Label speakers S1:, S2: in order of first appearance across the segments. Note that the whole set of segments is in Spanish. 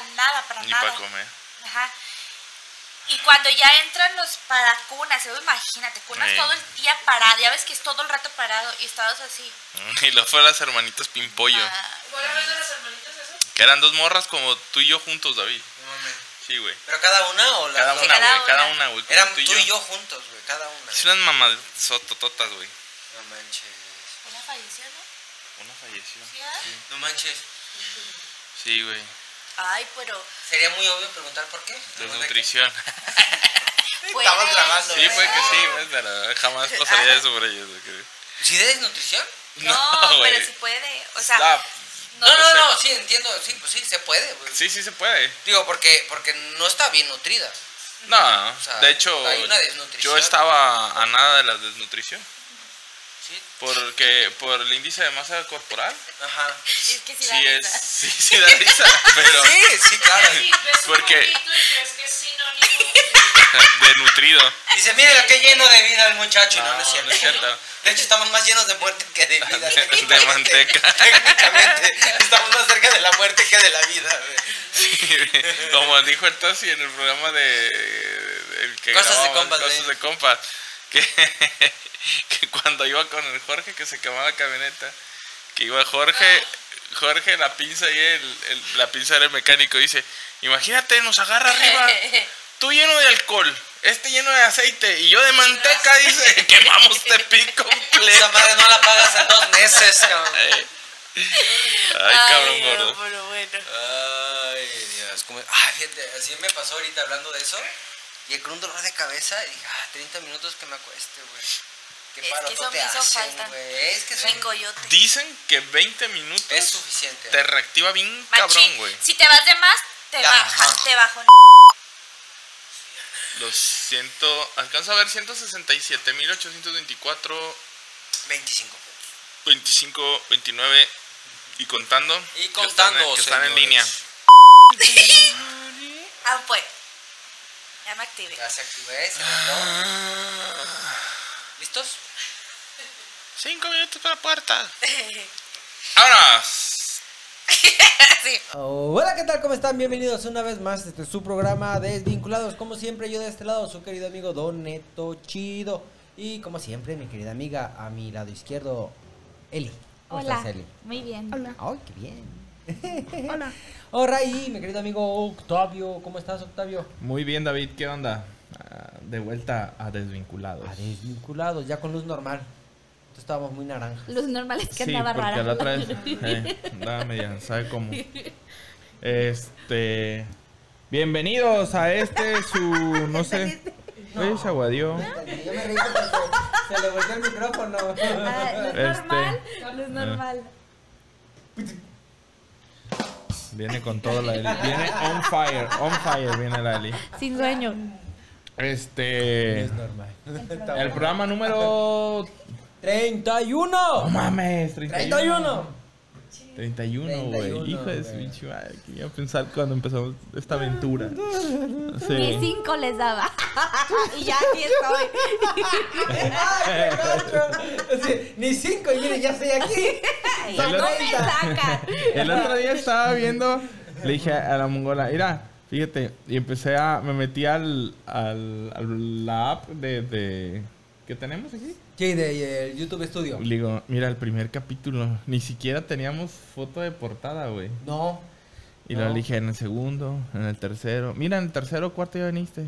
S1: ni
S2: nada.
S1: para comer.
S2: Ajá. Y cuando ya entran los para cunas, eh, imagínate, cunas
S1: Ey.
S2: todo el día parado, ya ves que es todo el rato parado y estados así.
S1: Y luego fue las hermanitas Pimpollo.
S2: Ah,
S3: ¿Cuál era de las hermanitas esas?
S1: Que eran dos morras como tú y yo juntos, David.
S4: No mames.
S1: Sí, güey.
S4: ¿Pero cada una o las
S1: Cada
S4: dos?
S1: una,
S2: cada
S1: güey. Cada
S2: una.
S1: una, güey. como
S4: Eran tú y yo, juntos, güey, cada una.
S1: Es unas mamazotototas, güey.
S4: No manches.
S2: una falleció, ¿no?
S1: Una falleció.
S2: Sí, ah.
S4: No manches.
S1: Sí, güey.
S2: Ay, pero.
S4: Sería muy obvio preguntar por qué.
S1: Desnutrición.
S2: pues,
S4: Estamos grabando,
S1: Sí, puede que sí, güey, pero jamás pasaría eso por ellos, güey.
S4: ¿Sí de desnutrición?
S2: No,
S1: No, güey.
S2: pero se puede. O sea,
S1: Ah,
S4: No, no,
S1: sé.
S4: no, sí, entiendo. Sí, pues sí, se puede, güey.
S1: Sí, sí se puede.
S4: Digo, porque, porque no está bien nutrida.
S1: No,
S4: sea,
S1: de hecho,
S4: hay una desnutrición.
S1: yo estaba a nada de la desnutrición.
S4: Sí.
S1: Porque por el índice de masa corporal,
S4: Ajá.
S2: es que sí, da
S1: sí es.
S2: risa.
S1: Sí, sí da risa. Pero
S4: Sí, sí, claro.
S3: Sí, ves un
S1: Porque-
S3: poquito y crees que es sinónimo de-
S1: desnutrido.
S4: Dice, mira lo que lleno de vida el muchacho. No, no, es cierto.
S1: no es cierto.
S4: De hecho, estamos más llenos de muerte que de vida.
S1: De, de manteca.
S4: Técnicamente, estamos más cerca de la muerte que de la vida, güey.
S1: Sí, güey. Como dijo el Tosi en el programa de. el que
S4: Cosas de
S1: grabamos,
S4: compas,
S1: Cosas
S4: güey.
S1: de compas. Que, que cuando iba con el Jorge, que se quemaba la camioneta. Que iba Jorge, Jorge, la pinza y el, el- la pinza era el mecánico. Dice: Imagínate, nos agarra arriba. Tú lleno de alcohol, este lleno de aceite y yo de manteca, dice, quemamos Tepic
S4: Esa
S1: completo.
S4: madre no la pagas en dos meses, cabrón.
S1: Ay, cabrón
S2: no,
S1: gordo.
S2: pero bueno.
S4: Ay, Dios. como- Ay, fíjate, así me pasó ahorita hablando de eso. Y con un dolor de cabeza y dije, ah, 30 minutos que me acueste, güey. Qué
S2: Es que
S4: parotote
S2: eso me hizo
S4: hacen,
S2: falta.
S4: güey. Es que
S2: Soy
S4: son-
S2: coyote.
S1: Dicen que 20 minutos
S4: es suficiente.
S1: te reactiva bien cabrón,
S2: Machín,
S1: güey.
S2: si te vas de más, te
S4: Ya,
S2: baja,
S4: ajá.
S2: te bajo.
S1: Los ciento. Alcanzo a ver 167.824,
S4: 25.
S1: 25, 29 y contando.
S4: Y
S1: que
S4: contando,
S1: están- que están, en
S4: señores.
S1: línea.
S2: Ah, pues. Ya me activé.
S4: Ya se activé, se notó.
S2: Ah.
S1: Ah,
S4: ¿Listos?
S1: 5 minutos para la puerta. Ahora,
S2: sí.
S5: Hola, ¿qué tal? ¿Cómo están? Bienvenidos una vez más. Este es su programa Desvinculados. Como siempre, yo de este lado, su querido amigo Don Neto Chido. Y como siempre, mi querida amiga, a mi lado izquierdo, Eli. ¿Cómo
S6: Hola.
S5: estás, Eli?
S6: Muy bien.
S5: ¡Ay, qué bien! Hola. Hola, y mi querido amigo Octavio. ¿Cómo estás, Octavio?
S1: Muy bien, David, ¿qué onda? Ah, De vuelta a Desvinculados.
S5: Ah, desvinculados, ya con luz normal. Entonces estábamos muy naranja.
S6: Luz normal es que
S1: sí,
S6: andaba
S1: porque
S6: rara.
S1: la otra vez eh, andaba media, ¿sabe cómo? Este. Bienvenidos a este su. No sé. Oye, se aguadió.
S5: Yo me reí porque se, se le volteó el micrófono.
S6: Ah, luz
S1: Este.
S6: normal. Luz
S1: Ah.
S6: normal.
S1: eh, Viene con todo la Eli. Viene on fire. On fire viene la Eli.
S6: Sin sueño.
S1: Este.
S5: Es normal.
S1: El programa número. ¡No
S5: ¡31!
S1: mames! 31.
S5: ¡31!
S1: 31, güey.
S5: 31,
S1: Hijo de su
S5: güey.
S1: pinche madre. que iba a pensar cuando empezamos esta aventura.
S6: Ni
S1: Sí.
S6: cinco les daba. y ya aquí estoy.
S5: ¡Ay, qué gacho! Sí, Ni cinco, y mire, ya estoy aquí.
S6: ya
S5: Son
S6: no me
S5: 30.
S6: sacan.
S1: El otro día estaba viendo, le dije a la mongola, mira, fíjate, y empecé a, me metí al, al, a la app de, de, ¿qué tenemos aquí?
S5: Sí, de eh, YouTube Studio.
S1: Le digo, mira, el primer capítulo, ni siquiera teníamos foto de portada, güey.
S5: No.
S1: Y lo
S5: No.
S1: dije en el segundo, en el tercero, mira, en el tercero, cuarto ya viniste.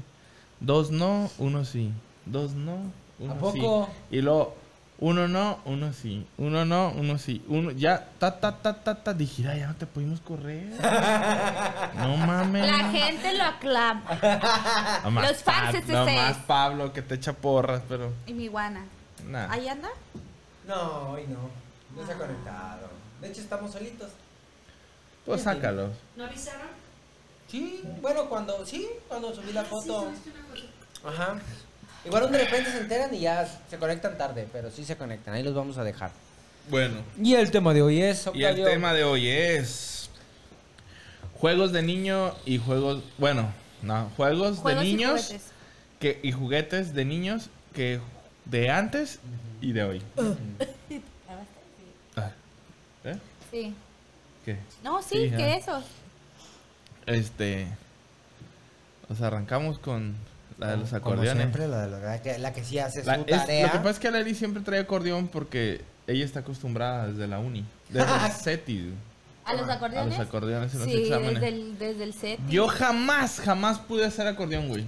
S1: Dos no, uno sí. Dos no, uno
S5: ¿A poco?
S1: sí. Y luego, uno no, uno sí. Uno no, uno sí. Uno, ya, ta, ta, ta, ta, ta. Dije, "Ay, ya no te pudimos correr. no mames.
S6: La gente lo aclama.
S1: Nomás
S6: los fans es
S1: Pab-
S6: ese.
S1: nomás Pablo que te echa porras, pero
S6: Y mi guana.
S1: nada.
S6: ¿Ahí anda?
S5: No, hoy no. No se ha conectado. De hecho, estamos solitos.
S1: Pues sácalo.
S3: ¿No avisaron?
S5: Sí, bueno, cuando, sí, cuando subí la foto. Ajá. Igual de repente se enteran y ya se conectan tarde, pero sí se conectan, ahí los vamos a dejar.
S1: Bueno.
S5: Y el tema de hoy es,
S1: Y el
S5: Octavio,
S1: tema de hoy es juegos de niño y juegos, bueno, no, juegos,
S6: Juegos
S1: de
S6: y
S1: niños
S6: juguetes.
S1: que y juguetes de niños que de antes y de hoy. Ah, ¿eh?
S6: Sí.
S1: ¿Qué?
S6: No,
S1: Sí,
S6: sí,
S1: ya.
S6: que eso.
S1: Este, O sea, arrancamos con la de los
S5: Como
S1: acordeones.
S5: siempre, la, de la- la que, la que sí hace
S1: La-
S5: su
S1: es-
S5: tarea.
S1: lo que pasa es que la Eli siempre trae acordeón porque ella está acostumbrada desde la uni. Desde el CETI. dude.
S6: ¿A los
S1: A los
S6: acordeones?
S1: acordeones en los
S6: sí,
S1: exámenes.
S6: desde el, desde el set.
S1: Yo jamás, jamás pude hacer acordeón, güey.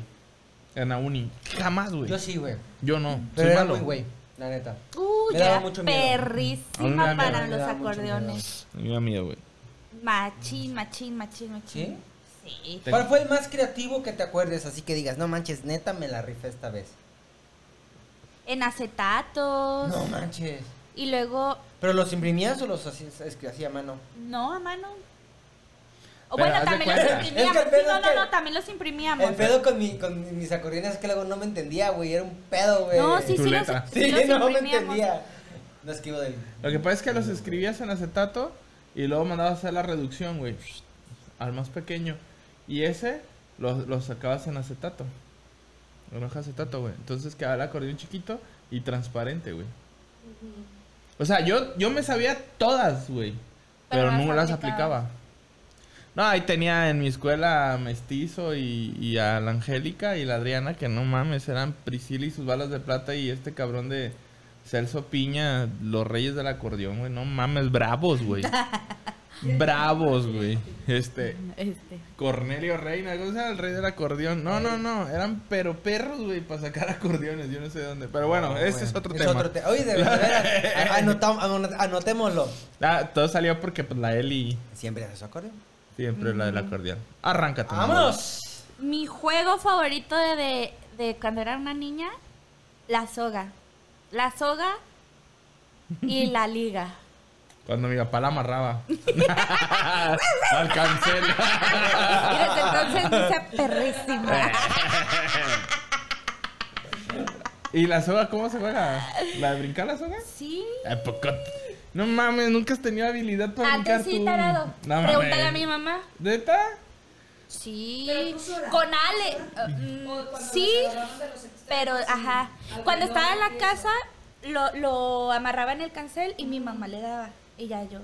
S1: En la uni. Jamás, güey.
S5: Yo sí, güey.
S1: Yo no.
S5: Pero
S1: soy
S5: era
S1: malo.
S5: muy güey, la neta.
S6: Uh,
S5: Me
S6: yo
S5: daba
S6: era
S5: mucho miedo.
S1: A mí me
S6: perrísima
S1: daba miedo.
S6: para
S5: Me
S6: los
S5: daba mucho
S6: acordeones.
S1: A mí me da miedo, güey.
S6: Machín, machín, machín, machín. Sí.
S1: Te-
S5: ¿Cuál fue el más creativo que te acuerdes? Así que digas, no manches, neta me la rifé esta vez.
S6: En acetatos.
S5: No manches.
S6: Y luego,
S5: ¿Pero los imprimías o los hacías, es que hacía a mano?
S6: no, a mano. O
S1: Pero
S6: bueno,
S1: haz de
S6: también los
S1: cuenta.
S6: imprimíamos.
S5: Es que el
S6: Sí,
S5: pedo
S6: no,
S5: es
S6: no,
S5: que-
S6: no, también los imprimíamos.
S5: El pedo con, mi, con mis acordeones es que luego no me entendía, güey. Era un pedo, güey.
S6: No, sí,
S1: Tu
S6: sí, los,
S1: letra.
S6: sí
S5: Sí,
S6: los
S5: no me
S6: imprimíamos.
S5: entendía. No escribo del.
S1: Lo que pasa es que los escribías en acetato y luego mandabas a hacer la reducción, güey. Al más pequeño. Y ese lo, lo sacabas en acetato. En hoja de acetato, güey. Entonces quedaba el acordeón chiquito y transparente, güey. O sea, yo, yo me sabía todas, güey.
S6: Pero
S1: Pero,
S6: no las
S1: no las
S6: aplicabas.
S1: aplicaba. No, ahí tenía en mi escuela a Mestizo y, y a la Angélica y la Adriana, que no mames, eran Priscila y sus balas de plata y este cabrón de Celso Piña, los reyes del acordeón, güey. No mames, bravos, güey. bravos, güey. Este,
S6: Este.
S1: Cornelio Reina, ¿cómo se llama el rey del acordeón? No, no, no, eran pero perros, güey, para sacar acordeones, yo no sé dónde. Pero bueno,
S5: No,
S1: ese
S5: güey.
S1: es otro tema.
S5: te- Oye, de verdad, anotamos- anot- anotémoslo.
S1: Ah, todo salió porque pues, la Eli
S5: Siempre haces acordeón.
S1: siempre la del acordeón. Arráncate. mamá.
S5: ¡Vámonos!
S6: Mi juego favorito de, de, de cuando era una niña, la soga. La soga y la liga.
S1: Cuando mi papá la amarraba. Al cancel.
S6: Y desde entonces me hice
S1: Eh.
S6: perrísima.
S1: ¿Y la soga cómo se juega? ¿La de brincar la soga?
S6: Sí.
S1: ¿A poco? No mames, nunca has tenido habilidad para brincar
S6: Antes sí,
S1: tú.
S6: tarado.
S1: No
S6: Pregúntale
S1: mames.
S6: a mi mamá.
S1: ¿Neta?
S6: Sí. Con Ale. eh, mm, sí. Pero, ajá. Cuando estaba en la casa, lo, lo amarraba en el cancel y mi mamá le daba. Y ya yo.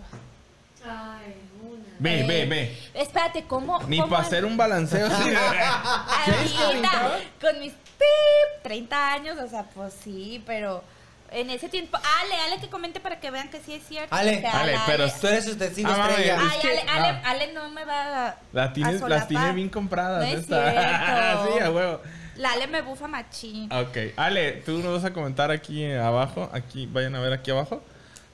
S7: Ay, una.
S1: Ve,
S6: eh,
S1: ve, ve.
S6: Espérate, ¿cómo?
S1: Ni
S6: cómo
S1: para
S6: es?
S1: hacer un balanceo así.
S6: Ahorita, con mis pip, 30 años, o sea, pues sí, pero en ese tiempo. Ale, Ale, que comente para que vean que sí es cierto.
S5: Ale,
S6: o sea,
S1: Ale,
S6: la
S1: pero-
S5: Tú eres su testigo
S1: Ah, mami,
S5: estrella.
S1: es
S6: Ay,
S1: que-
S6: Ale, Ale,
S1: ah.
S6: Ale no me va a.
S1: Las tienes,
S6: a
S1: las tienes
S6: solapar.
S1: bien compradas.
S6: No es
S1: esta.
S6: cierto.
S1: sí, a huevo.
S6: La Ale me bufa machín.
S1: Ok, Ale, tú nos vas a comentar aquí eh, abajo, aquí, vayan a ver aquí abajo.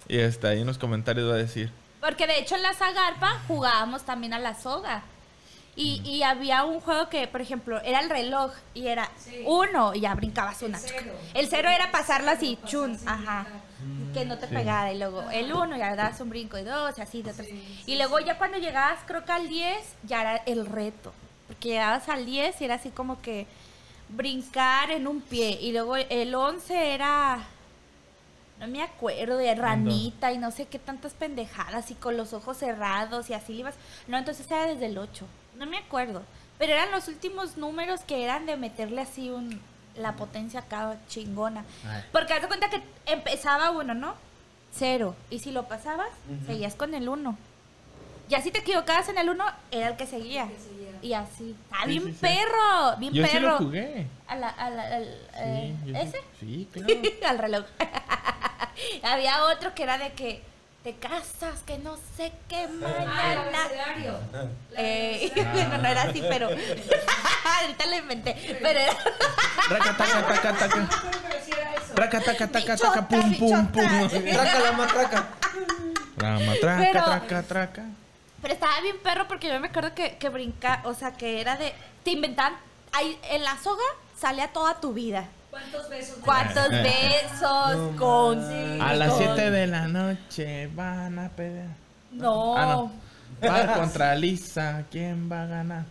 S1: Y este, ahí en los comentarios va a decir.
S6: Porque de hecho en la Zagarpa jugábamos también a la soga. Y, y había un juego que, por ejemplo, era el reloj y era
S7: Sí.
S6: uno y ya brincabas una.
S7: cero.
S6: El cero era pasarlo así, chun, ajá. Que no te
S1: Sí.
S6: pegara. Y luego el uno ya dabas un brinco y dos, y así, de tres. y luego ya cuando llegabas, creo que al 10, ya era el reto. Porque llegabas al 10 y era así como que brincar en un pie. Y luego el 11 era. No me acuerdo de ranita y no sé qué tantas pendejadas y con los ojos cerrados y así le ibas. No, entonces era desde el 8. No me acuerdo. Pero eran los últimos números que eran de meterle así un la potencia acá chingona. Porque haz de cuenta que empezaba uno, ¿no? Cero. Y si lo pasabas, seguías con el uno. Y así te equivocabas en el uno, era el que seguía. Y así. ¡Ah,
S1: Sí,
S6: bien
S1: sí, sí.
S6: perro! Bien
S1: Yo sí
S6: perro.
S1: lo jugué.
S6: A la- a la- al-
S1: Sí,
S6: eh,
S1: yo sí-
S6: ¿Ese?
S1: Sí, claro.
S6: al reloj. Había otro que era de que te casas, que no sé qué
S7: Ah, el
S6: mañana.
S7: abecedario.
S6: Eh, bueno, no era así, pero ahorita lo inventé. Pero era
S1: Raca, taca, taca, taca.
S7: No me acuerdo, pero sí era eso.
S1: Raca, taca, taca,
S6: Bichota,
S1: taca, pum, pum, pum.
S6: bichota.
S5: Traca la matraca.
S1: Rama, traca,
S6: Pero-
S1: traca, traca.
S6: Pero estaba bien perro porque yo me acuerdo que, que brinca, o sea, que era de. Te inventaban. ahí en la soga salía toda tu vida.
S7: ¿Cuántos besos?
S6: ¿Cuántos
S1: Eh.
S6: besos con.
S1: A las
S6: con-
S1: 7 de la noche van a pelear.
S6: No.
S1: Ah, no. Va contra Lisa, ¿quién va a ganar?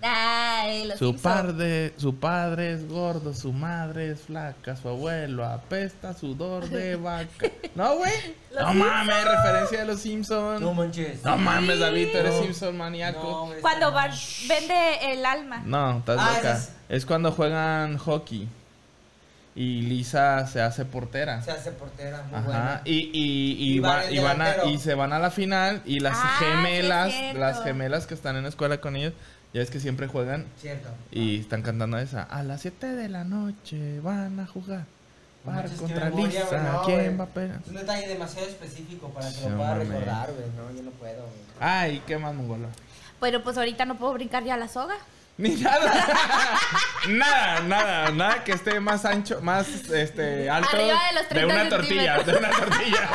S6: Ay, Ah, eh, los
S1: Su
S6: Simpson.
S1: padre, su padre es gordo, su madre es flaca, su abuelo apesta sudor de vaca. ¿No, güey? No mames, referencia de los Simpsons.
S5: No
S1: No,
S5: manches.
S1: mames, David, tú eres
S5: No.
S1: Simpson
S5: No,
S1: maníaco.
S5: güey,
S6: Cuando
S5: está-
S6: va- vende el alma.
S1: No, estás
S5: Ah,
S1: loca.
S5: ese
S1: Es cuando juegan hockey. Y Lisa se hace portera.
S5: Se hace portera, muy
S1: Ajá.
S5: buena.
S1: Y, y, y,
S5: Y
S1: va-
S5: van el
S1: y van a-
S5: delantero.
S1: y se van a la final y las
S6: Ah, sí es
S1: gemelas,
S6: cierto.
S1: las gemelas que están en la escuela con ellos, Ya es que siempre juegan
S5: Cierto.
S1: y están cantando esa. A las 7 de la noche van a jugar.
S5: No
S1: Par
S5: manches, qué
S1: contra
S5: memoria,
S1: Lisa.
S5: güey, no,
S1: ¿Quién
S5: güey.
S1: va a pelear?
S5: Es un detalle demasiado específico para que
S1: Sí,
S5: lo pueda
S1: mames.
S5: recordar, güey. No, yo no puedo, güey.
S1: Ay, qué más mongolo.
S6: Pero pues ahorita no puedo brincar ya la soga.
S1: Ni nada. nada, nada, nada que esté más ancho, más este alto
S6: Arriba de los 30
S1: una tortilla, de
S6: centímetros.
S1: una tortilla.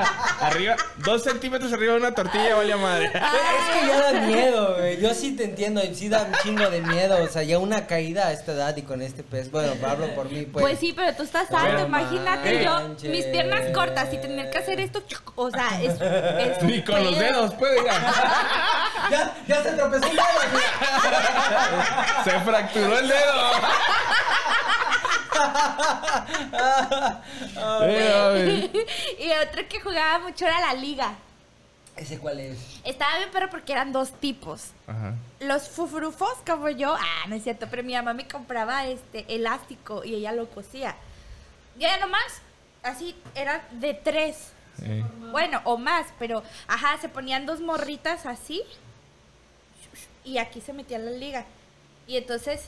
S1: arriba, dos centímetros arriba de una tortilla, vale madre.
S5: Güey, Ah, Es que ya da miedo, güey. Yo sí te entiendo, y sí da un chingo de miedo. O sea, ya una caída a esta edad y con este pez. Bueno, hablo por mí, pues.
S6: Pues, sí, pero tú estás
S5: Pero
S6: alto, imagínate
S5: manches.
S6: yo, mis piernas cortas y tener que hacer esto, chuc, o sea, es, es
S1: Ni con los dedos, pues, ya.
S5: Ya, ya se tropezó un dedo, güey.
S1: Se fracturó el dedo.
S6: Ah,
S1: Eh, a ver.
S6: y otro que jugaba mucho era la liga.
S5: ¿Ese cuál es?
S6: Estaba bien, pero porque eran dos tipos.
S1: Ajá.
S6: Los fufurufos como yo, ah, no es cierto, pero mi mamá me compraba este elástico y ella lo cosía. Y ella nomás, así, era de tres.
S1: Eh.
S6: Bueno, o más, pero ajá, se ponían dos morritas así. Y aquí se metía la liga. Y entonces,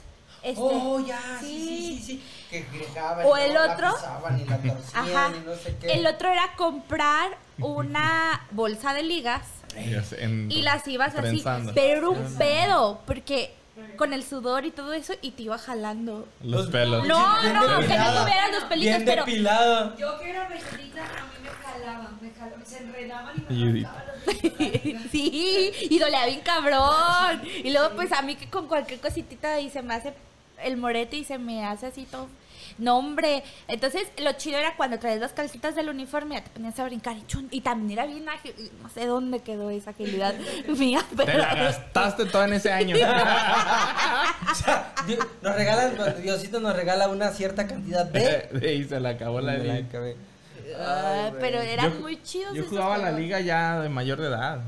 S6: este.
S5: Oh, ya, sí, sí, sí, sí. Que grijaban. y
S6: O el
S5: luego la
S6: otro.
S5: pisaban y la torcían
S6: Ajá.
S5: y no sé qué.
S6: El otro era comprar una bolsa de ligas
S1: Ya sé, en-
S6: y las ibas así.
S1: Trenzando.
S6: Pero era
S5: Ah.
S6: un pedo, porque con el sudor y todo eso, y te iba jalando.
S1: Los pelos.
S6: No,
S5: Bien
S6: no, que no
S5: depilada.
S6: tuvieran los pelitos,
S5: Bien
S6: pero.
S5: depilado.
S7: Yo que era vecinita, a mí me jalaban, me jalaban, se enredaban y me
S1: Judith.
S7: arrancaban los dedos.
S6: Sí, y dolía bien cabrón. Y luego, pues a mí que con cualquier cositita y se me hace el morete y se me hace así todo. No, hombre. Entonces, lo chido era cuando traías las calcitas del uniforme, ya te ponías a brincar y chun. Y también era bien ágil. Y No sé dónde quedó esa agilidad mía,
S1: Te
S6: pero.
S1: la gastaste toda en ese año.
S5: O sea, Dios- nos regalan, cuando Diosito nos regala una cierta cantidad de.
S1: y se la acabó la
S5: ¿Eh? Me la
S1: liga.
S5: acabé.
S6: Ay, pero eran
S1: Yo-
S6: muy chidos.
S1: Yo
S6: esos
S1: jugaba la
S6: juegos.
S1: liga ya de mayor de edad.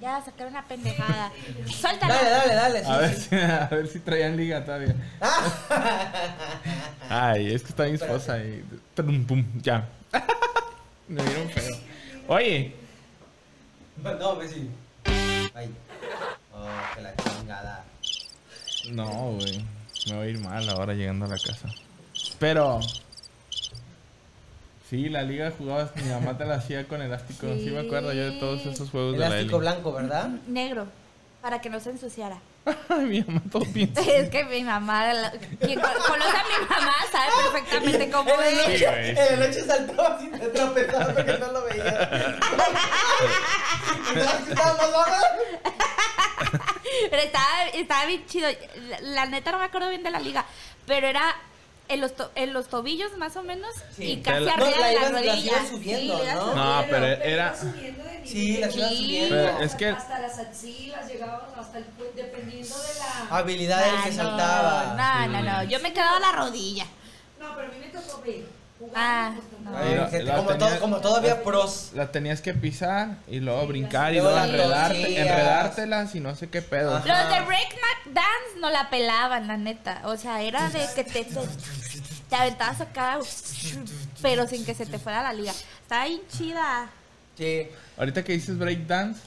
S6: Ya sacaron una pendejada. Suéltala.
S5: Dale, dale, dale. sí,
S1: A ver,
S5: sí.
S1: si, a ver si traían liga todavía. Ay, es que está mi esposa y. Pum, pum, ya. Me dieron feo. Oye,
S5: No, pues sí. Ay. Oh, que la chingada.
S1: no, güey. Me voy a ir mal ahora llegando a la casa. Pero. Sí, la liga jugaba, mi mamá te la hacía con elástico. Sí, me acuerdo yo de todos esos juegos de la
S5: Elástico
S1: liga.
S5: blanco, ¿verdad?
S6: Negro. Para que no se ensuciara.
S1: Ay, mi mamá todo piensa.
S6: Es que mi mamá, la- quien co- conoce a mi mamá sabe perfectamente cómo es.
S1: Sí, güey,
S5: el leche saltó así te tropezaba porque no lo veía. Pensaba que estaba más baja.
S6: Pero estaba, estaba bien chido. La, la neta no me acuerdo bien de la liga, pero era en los, to- en los tobillos más o menos
S5: Sí.
S6: y casi
S1: No,
S6: arriba
S5: la
S6: de
S5: ibas-
S6: la
S5: la
S6: rodilla.
S5: ibas subiendo,
S6: Sí, la ibas
S5: ¿no?
S1: No, pero
S7: iba
S1: era-
S7: subiendo de nivel.
S5: Sí, la ciudad
S6: Sí.
S5: subiendo.
S1: Pero es que-
S7: Hasta las axilas llegabas, hasta el pu- dependiendo de la.
S5: Habilidad del que
S6: Ah, no,
S5: saltaba.
S6: No, no, no. Yo me quedaba la rodilla.
S7: No, pero a mí me tocó ver. jugar,
S6: Ah,
S7: pues, tocaba.
S6: no.
S5: Ay,
S1: La-
S5: gente,
S1: la
S5: como,
S1: tenía-
S5: todo- como todavía pros.
S1: La tenías que pisar y luego brincar y
S5: luego
S1: luego
S5: las
S1: enredarte,
S5: torcías.
S1: enredártelas y no sé qué pedo.
S5: Ajá.
S6: Los de Breakback Dance no la pelaban, la neta. O sea, era de que te, te, te aventabas acá, pero sin que se te fuera la liga. Estaba bien chida.
S5: Sí.
S1: Ahorita que dices breakdance,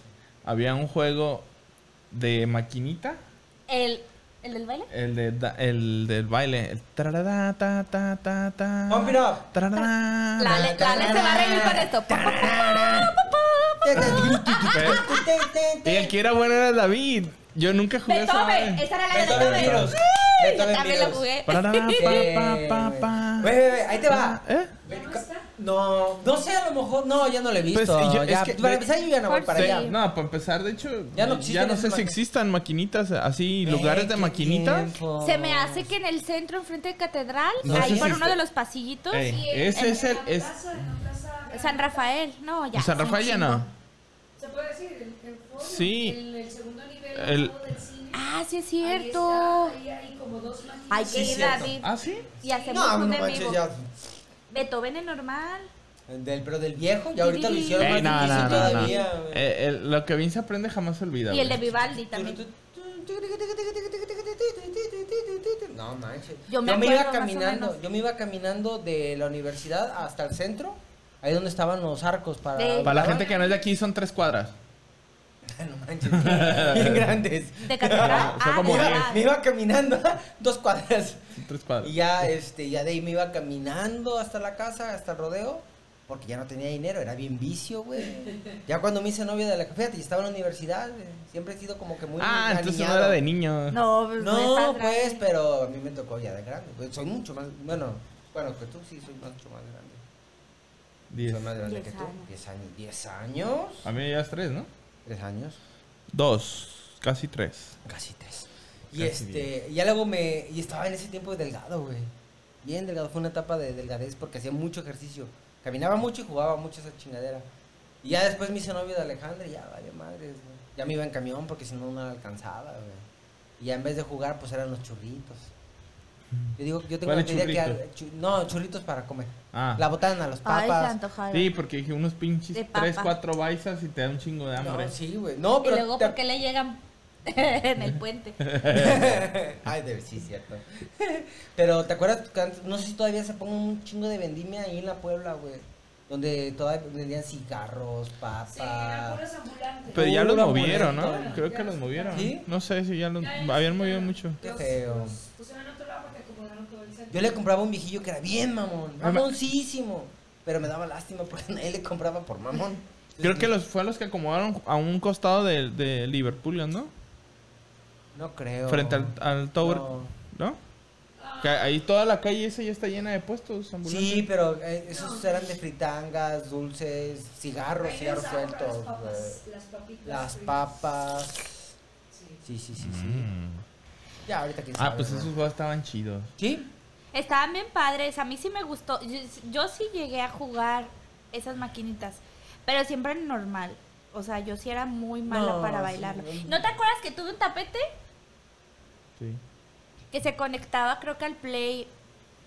S1: había un juego de maquinita,
S6: ¿El, el del baile?
S1: el, de da- el del baile. El tarará, ta, ta, ta, ta,
S5: Pump it up.
S1: tarará.
S6: La Ale, la Ale se va a reír con esto. Pa, pa, pa, pa, pa.
S1: Pero- y el que era bueno era David. Yo nunca jugué esa
S6: Beethoven,
S1: madre.
S6: esa era la de
S5: Beethoven
S6: Beethoven.
S5: Virus.
S6: Ay, Yo
S5: Beethoven
S6: también la
S5: Virus.
S6: jugué.
S1: Parará, pa, pa, pa, pa.
S5: Ve, ve, ve, ahí te va.
S1: ¿Eh?
S5: No, no sé, a lo mejor. No, ya no lo he visto.
S1: Pues, yo- es
S5: ya,
S1: que-
S5: para empezar, yo ya no voy para
S1: Sí,
S5: allá.
S1: No, para empezar, de hecho,
S5: Ya
S1: ya
S5: no
S1: no,
S5: existen esas
S1: sé si
S5: maquinitas.
S1: existan maquinitas así,
S5: Ve,
S1: lugares
S5: Eh, qué
S1: de maquinitas.
S5: tiempo.
S6: Se me hace que en el centro, enfrente de catedral,
S1: No
S6: ahí
S1: sé
S6: por
S1: si
S6: uno
S1: está-
S6: de los pasillitos,
S1: Ey,
S7: Sí,
S1: ese
S7: en
S1: es el.
S7: la
S1: Es,
S7: plaza, en la plaza-
S6: San Rafael, no, ya.
S1: San Rafael ya no.
S7: ¿Se puede decir? El, el foro,
S1: Sí.
S7: El, el segundo nivel
S1: El-
S7: al lado del cine.
S6: Ah, sí es
S7: Ahí
S6: cierto.
S7: está, Ahí hay como dos máquinas.
S6: Hay que
S5: es
S6: ir,
S5: cierto.
S6: David.
S1: ¿Ah, sí?
S6: Y hacemos
S5: No,
S6: un
S5: no
S6: en
S5: manches,
S6: vivo.
S5: ya.
S6: Beethoven es normal.
S5: Del, pero del viejo, ya ahorita lo hicieron
S1: Ey,
S5: más
S1: Eh, no,
S5: difícil
S1: no, no, no.
S5: todavía. güey.
S1: Eh, el- lo que bien se aprende jamás se olvida.
S6: Y el de
S1: güey.
S6: Vivaldi también.
S5: No manches.
S6: Yo
S5: Yo
S6: me
S5: me, iba
S6: acuerdo más o
S5: caminando,
S6: menos.
S5: yo me iba caminando de la universidad hasta el centro, ahí donde estaban los arcos para
S6: De-
S1: Para la gente que no es de aquí son tres cuadras.
S5: no manches. Bien grandes.
S6: ¿De catedral?
S1: Son como
S5: me,
S1: diez.
S5: iba, me iba caminando dos cuadras.
S1: Tres cuadros.
S5: Y ya, este, ya de ahí me iba caminando hasta la casa, hasta el rodeo, porque ya no tenía dinero, era bien vicio, güey. Ya cuando me hice novia de la fíjate, y estaba en la universidad, güey, siempre he sido como que muy
S1: Ah, entonces no
S5: aniñado.
S1: era de niño.
S6: No, pues, no,
S5: No,
S6: estás
S5: pues,
S6: grande.
S5: pero a mí me tocó ya de grande, güey. Soy mucho más, bueno, bueno, que tú sí, soy mucho más grande.
S1: Diez.
S5: Soy más grande
S6: Diez
S5: que tú.
S6: años.
S5: 10 años. 10 años.
S1: A mí ya es tres, ¿no?
S5: 3 años.
S1: Dos. Casi tres.
S5: Casi tres. Y
S1: Casi
S5: este, ya luego me. Y estaba en ese tiempo delgado, güey. Bien delgado. Fue una etapa de delgadez porque hacía mucho ejercicio. Caminaba mucho y jugaba mucho esa chingadera. Y ya después me hice novio de Alejandra y ya, vale madres, güey. Ya me iba en camión porque si no, no la alcanzaba, güey. Y ya en vez de jugar, pues eran los churritos.
S1: Mm.
S5: Yo digo, yo tengo
S1: ¿Cuál
S5: la
S1: es
S5: teoría que.
S1: churrito?
S5: al- chu- no, churritos para comer.
S1: Ah.
S5: La botana, los
S6: Ay, se
S5: papas.
S6: antojaron.
S1: Sí, porque dije unos pinches
S6: De
S1: tres,
S6: papa.
S1: cuatro baisas y te da un chingo de hambre.
S5: no, sí, güey. No,
S6: Y
S5: pero.
S6: luego,
S5: te-
S6: ¿por qué le llegan en el puente?
S5: Ay, de sí, cierto. Pero, ¿te acuerdas? que antes- No sé si todavía se ponga un chingo de vendimia ahí en la Puebla, güey. Donde todavía vendían cigarros, papas.
S1: Ah.
S7: Sí, eran puros ambulantes.
S1: Pero ya los
S5: Pura
S1: movieron,
S5: molestia.
S1: ¿no? Creo que los movieron.
S5: ¿Sí?
S1: No sé si ya los
S7: Ya es-
S1: habían movido mucho.
S5: Qué
S7: Los-
S5: feo.
S7: los pusieron en otro lado porque acomodaron todo el centro.
S5: Yo le compraba un viejillo que era bien mamón,
S1: Mamá.
S5: mamoncísimo. Pero me daba lástima porque nadie le compraba por mamón.
S1: Creo que los fue a los que acomodaron a un costado de, de Liverpool, ¿no?
S5: No creo.
S1: Frente al, al Tower,
S5: No.
S1: ¿no? Que ahí toda la calle esa ya está llena de puestos ambulantes.
S5: Sí, pero eh, esos eran de fritangas, dulces, cigarros,
S7: Ahí
S5: cigarros
S7: les daban para
S5: sueltos,
S7: Las papas,
S5: güey.
S7: las papitas.
S5: Las
S7: fritas.
S5: papas.
S7: Sí.
S5: Sí, sí, sí, sí.
S1: Mm.
S5: Ya, ahorita que
S1: Ah, pues esos juegos estaban chidos.
S5: ¿Sí?
S6: Estaban bien padres, a mí sí me gustó. Yo, yo sí llegué a jugar esas maquinitas, pero siempre normal. O sea, yo sí era muy mala
S5: No,
S6: para
S5: sí,
S6: bailarlo.
S5: no.
S6: ¿No te acuerdas que tuve un tapete
S1: Sí.
S6: que se conectaba creo que al play?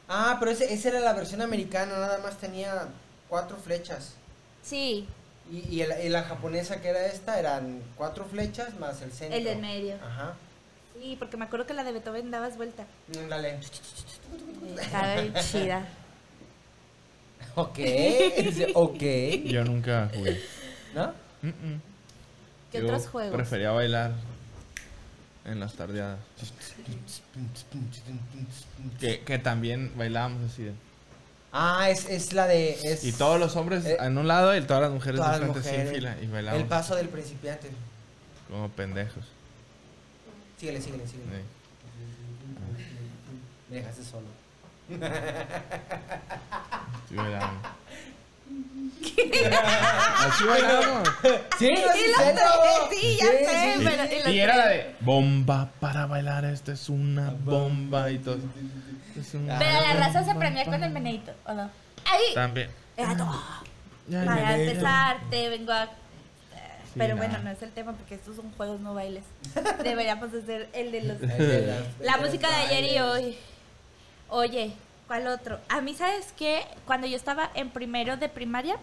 S5: Ah, pero ese, esa era la versión americana, nada más tenía cuatro flechas.
S6: Sí,
S5: Y, y el- y la japonesa que era esta eran cuatro flechas más el centro.
S6: el del medio.
S5: Ajá.
S6: Sí, porque me acuerdo que la de Beethoven dabas vuelta.
S5: Mm, Dale.
S6: Estaba bien chida.
S5: Ok, ok.
S1: Yo nunca jugué.
S5: ¿No?
S1: Mm, mm.
S6: ¿Qué
S1: Yo
S6: otros juegos?
S1: Prefería bailar en las tardeadas. Que, que también bailábamos así de.
S5: Ah, es, es la de... es
S1: Y todos los hombres
S5: Eh,
S1: en un lado y todas las mujeres
S5: todas
S1: de
S5: las
S1: frente sin
S5: mujeres.
S1: fila y
S5: El
S1: bailamos
S5: paso del principiante.
S1: como pendejos.
S5: Síguele, síguele,
S1: Sí.
S5: síguele. Me dejaste solo.
S1: Sí, bailamos. Así bailamos.
S5: Sí,
S6: lo sé, sí, ya sé,
S5: sí.
S6: pero- y los
S1: Y era la de bomba para bailar, esta es una bomba y todo. Esta es una
S6: Pero la raza se
S1: bomba
S6: premió con
S1: para-
S6: el meneito, ¿o no? Ah, ¡Ay!
S1: También.
S6: Era todo.
S1: Ya,
S6: Para
S1: ya.
S6: empezarte, vengo a...
S1: Sí,
S6: Pero
S1: no.
S6: bueno, no es el tema porque estos son juegos, no bailes. Deberíamos hacer el de los... La música de ayer y hoy. Oye, ¿cuál otro? A mí, ¿sabes qué? Cuando yo estaba en primero de primaria,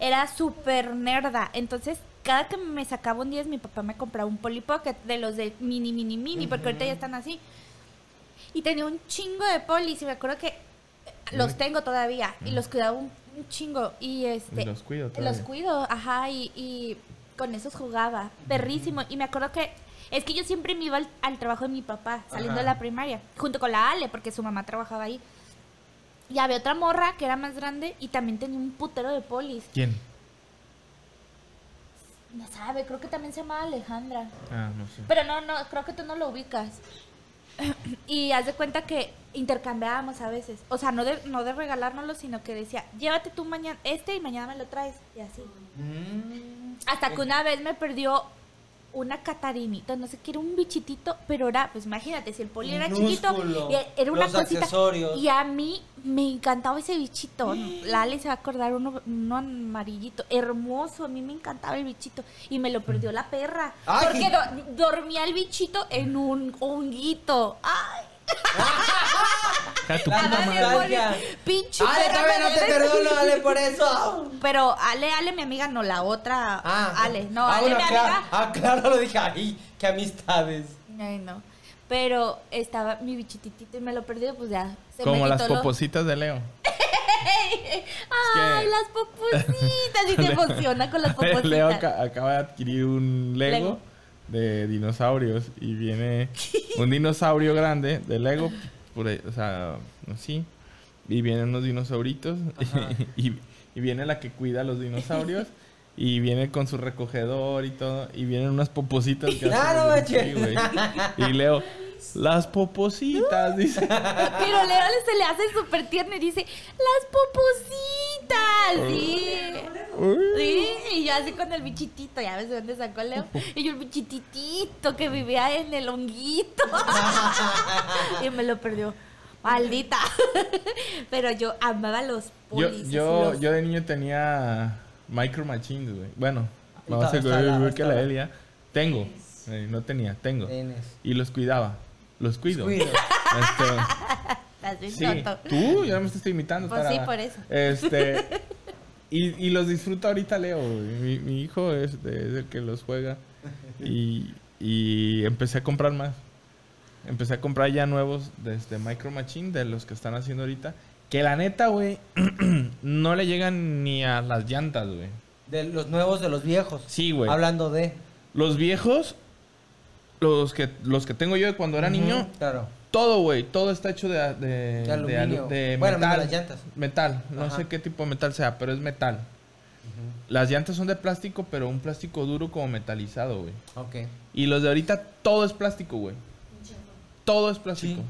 S6: era súper nerda. Entonces, cada que me sacaba un 10, mi papá me compraba un polipocket de los de mini, mini, mini, porque ahorita ya están así. Y tenía un chingo de polis y me acuerdo que los tengo todavía y los cuidaba un, un chingo. Y este...
S1: Ah. Y los cuido todavía.
S6: Los cuido, ajá, y, y con esos jugaba, perrísimo. Y me acuerdo que es que yo siempre me iba al, al trabajo de mi papá, saliendo de
S5: Ajá.
S6: la primaria, junto con la Ale, porque su mamá trabajaba ahí. Y había otra morra que era más grande y también tenía un putero de polis.
S1: ¿Quién?
S6: No sabe, creo que también se llamaba Alejandra.
S1: Ah, no sé.
S6: Pero no, no, creo que tú no lo ubicas. Y haz de cuenta que intercambiábamos a veces. O sea, no de, no de regalárnoslo, sino que decía, llévate tú mañana este y mañana me lo traes. Y así.
S5: Mm. Eh.
S6: Hasta que una vez me perdió una catarinita, no sé qué, era un bichitito, pero era, pues imagínate, si el poli era chiquito,
S5: Minúsculo.
S6: y e, era una
S5: Los
S6: cosita.
S5: accesorios.
S6: Y a mí me encantaba ese bichito. La Ale se va a acordar uno, uno amarillito, hermoso, a mí me encantaba el bichito. Y me lo perdió la perra.
S5: Ay.
S6: Porque do- dormía el bichito en un honguito. Ah, ¡Ay!
S1: Ya tu
S5: La
S1: puta
S5: Dani
S1: madre.
S5: Dani.
S6: poli,
S5: ya.
S6: pinche
S5: Ale,
S6: perra,
S5: todavía no
S6: me
S5: te
S6: regresó.
S5: perdono, Ale, por eso. Ah.
S6: Pero Ale, Ale, mi amiga, no, la otra Ale. No,
S5: ah,
S6: Ale,
S5: bueno,
S6: mi
S5: claro,
S6: amiga.
S5: Ah, claro, lo dije. Ay, qué amistades.
S6: Ay, no. Pero estaba mi bichititito y me lo perdí, pues ya. Se
S1: Como
S6: me
S1: las
S6: quitó lo-
S1: popositas de Leo.
S6: ¡Ay, las popusitas! Y se emociona con las
S1: Oye, Leo
S6: popusitas.
S1: aca- acaba de adquirir un Lego,
S6: Lego.
S1: de dinosaurios y viene un dinosaurio grande de Lego, por ahí, o sea, así, y vienen unos dinosauritos y, y viene la que cuida a los dinosaurios. Y viene con su recogedor y todo. Y vienen unas popositas que
S5: Ah, no
S1: hacen
S5: manches.
S1: así, güey. Y Leo, las popositas, dice.
S6: Pero Leo le- se le hace súper tierno y dice, ¡las popusitas! Sí. Sí, y yo así con el bichitito, ya ves de dónde sacó Leo. Y yo el bichititito que vivía en el honguito. y me lo perdió. Maldita. Pero yo amaba los
S1: Yo,
S6: polis.
S1: yo,
S6: los-
S1: yo de niño tenía Micro Machines, güey. Bueno, vamos a
S5: Está- está
S1: ver
S5: la-
S1: ver
S5: está
S1: que la
S5: la-
S1: Elia. Tengo. Eh, no tenía, tengo.
S5: Tienes.
S1: Y los cuidaba. Los cuido.
S5: Cuido.
S1: Este,
S6: Estás bien
S1: sí.
S6: tonto.
S1: Tú, ya me estoy imitando.
S6: Pues sí,
S1: tarada.
S6: por eso.
S1: Este. Y, y los disfruta ahorita Leo, güey. Mi, mi hijo es, es el que los juega. Y, y empecé a comprar más. Empecé a comprar ya nuevos desde Micro Machine, de los que están haciendo ahorita. Que la neta, güey, no le llegan ni a las llantas, güey.
S5: De los nuevos de los viejos.
S1: Sí, güey.
S5: Hablando de.
S1: Los viejos, los que, los que tengo yo de cuando era niño,
S5: Ujú, Claro.
S1: todo, güey, todo está hecho de, de, de
S5: aluminio.
S1: alu- de
S5: Bueno,
S1: metal.
S5: menos las llantas.
S1: Metal, no
S5: Ajá.
S1: sé qué tipo de metal sea, pero es metal. Las llantas son de plástico, pero un plástico duro como metalizado, güey.
S5: Ok.
S1: Y los de ahorita todo es plástico, güey. Todo es plástico.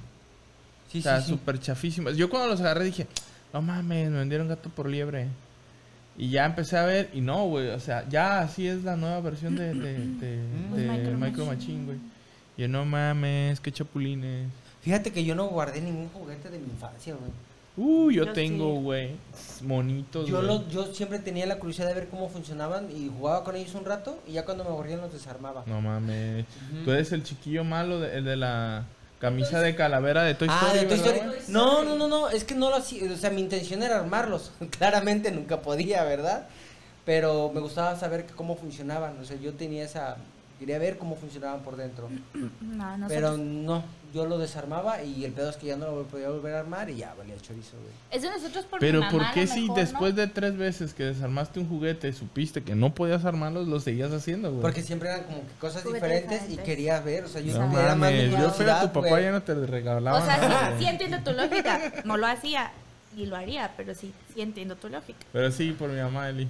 S5: Sí,
S1: o sea,
S5: sí, sí.
S1: súper chafísimas. Yo cuando los agarré dije, no mames, me vendieron gato por liebre. Y ya empecé a ver, y no, güey, o sea, ya así es la nueva versión de, de, de- de
S6: Micro
S1: Micro Machine, güey. Y Yo no mames, qué chapulines.
S5: Fíjate que yo no guardé ningún juguete de mi infancia, güey.
S1: Uh, yo,
S6: Yo
S1: tengo,
S6: sí.
S1: güey, monitos,
S5: Yo,
S1: güey.
S5: los- yo siempre tenía la curiosidad de ver cómo funcionaban y jugaba con ellos un rato y ya cuando me aburrían los desarmaba.
S1: No mames. Tú eres el chiquillo malo, de- el de la camisa de calavera de Toy
S5: Ah,
S1: Story,
S5: de Toy
S1: ¿verdad,
S5: Story.
S1: güey?
S5: No, no, no, no, es que no lo hacía, o sea, mi intención era armarlos. Claramente nunca podía, ¿verdad? Pero me gustaba saber que cómo funcionaban, o sea, yo tenía esa quería ver cómo funcionaban por dentro.
S6: No, no
S5: Pero no, yo lo desarmaba y el pedo es que ya no lo podía volver a armar y ya valía chorizo, güey.
S6: Eso nosotros por
S1: Pero
S6: mi mamá,
S1: ¿por
S6: a
S1: qué
S6: lo
S1: si
S6: mejor,
S1: después
S6: ¿no?
S1: de tres veces que desarmaste un juguete supiste que no podías armarlos, lo seguías haciendo, güey?
S5: Porque siempre eran como que cosas
S6: Juguetes
S5: diferentes y
S6: diferentes.
S5: quería ver, o sea, yo
S1: no
S5: era más
S1: mames,
S5: de
S1: yo fui a
S5: curiosidad,
S1: tu papá
S5: güey.
S1: ya no te regalaba
S6: O sea,
S1: nada,
S6: sí,
S1: güey.
S6: sí entiendo tu lógica. No lo hacía y lo haría, pero sí, sí entiendo tu lógica.
S1: Pero sí, por mi mamá Eli.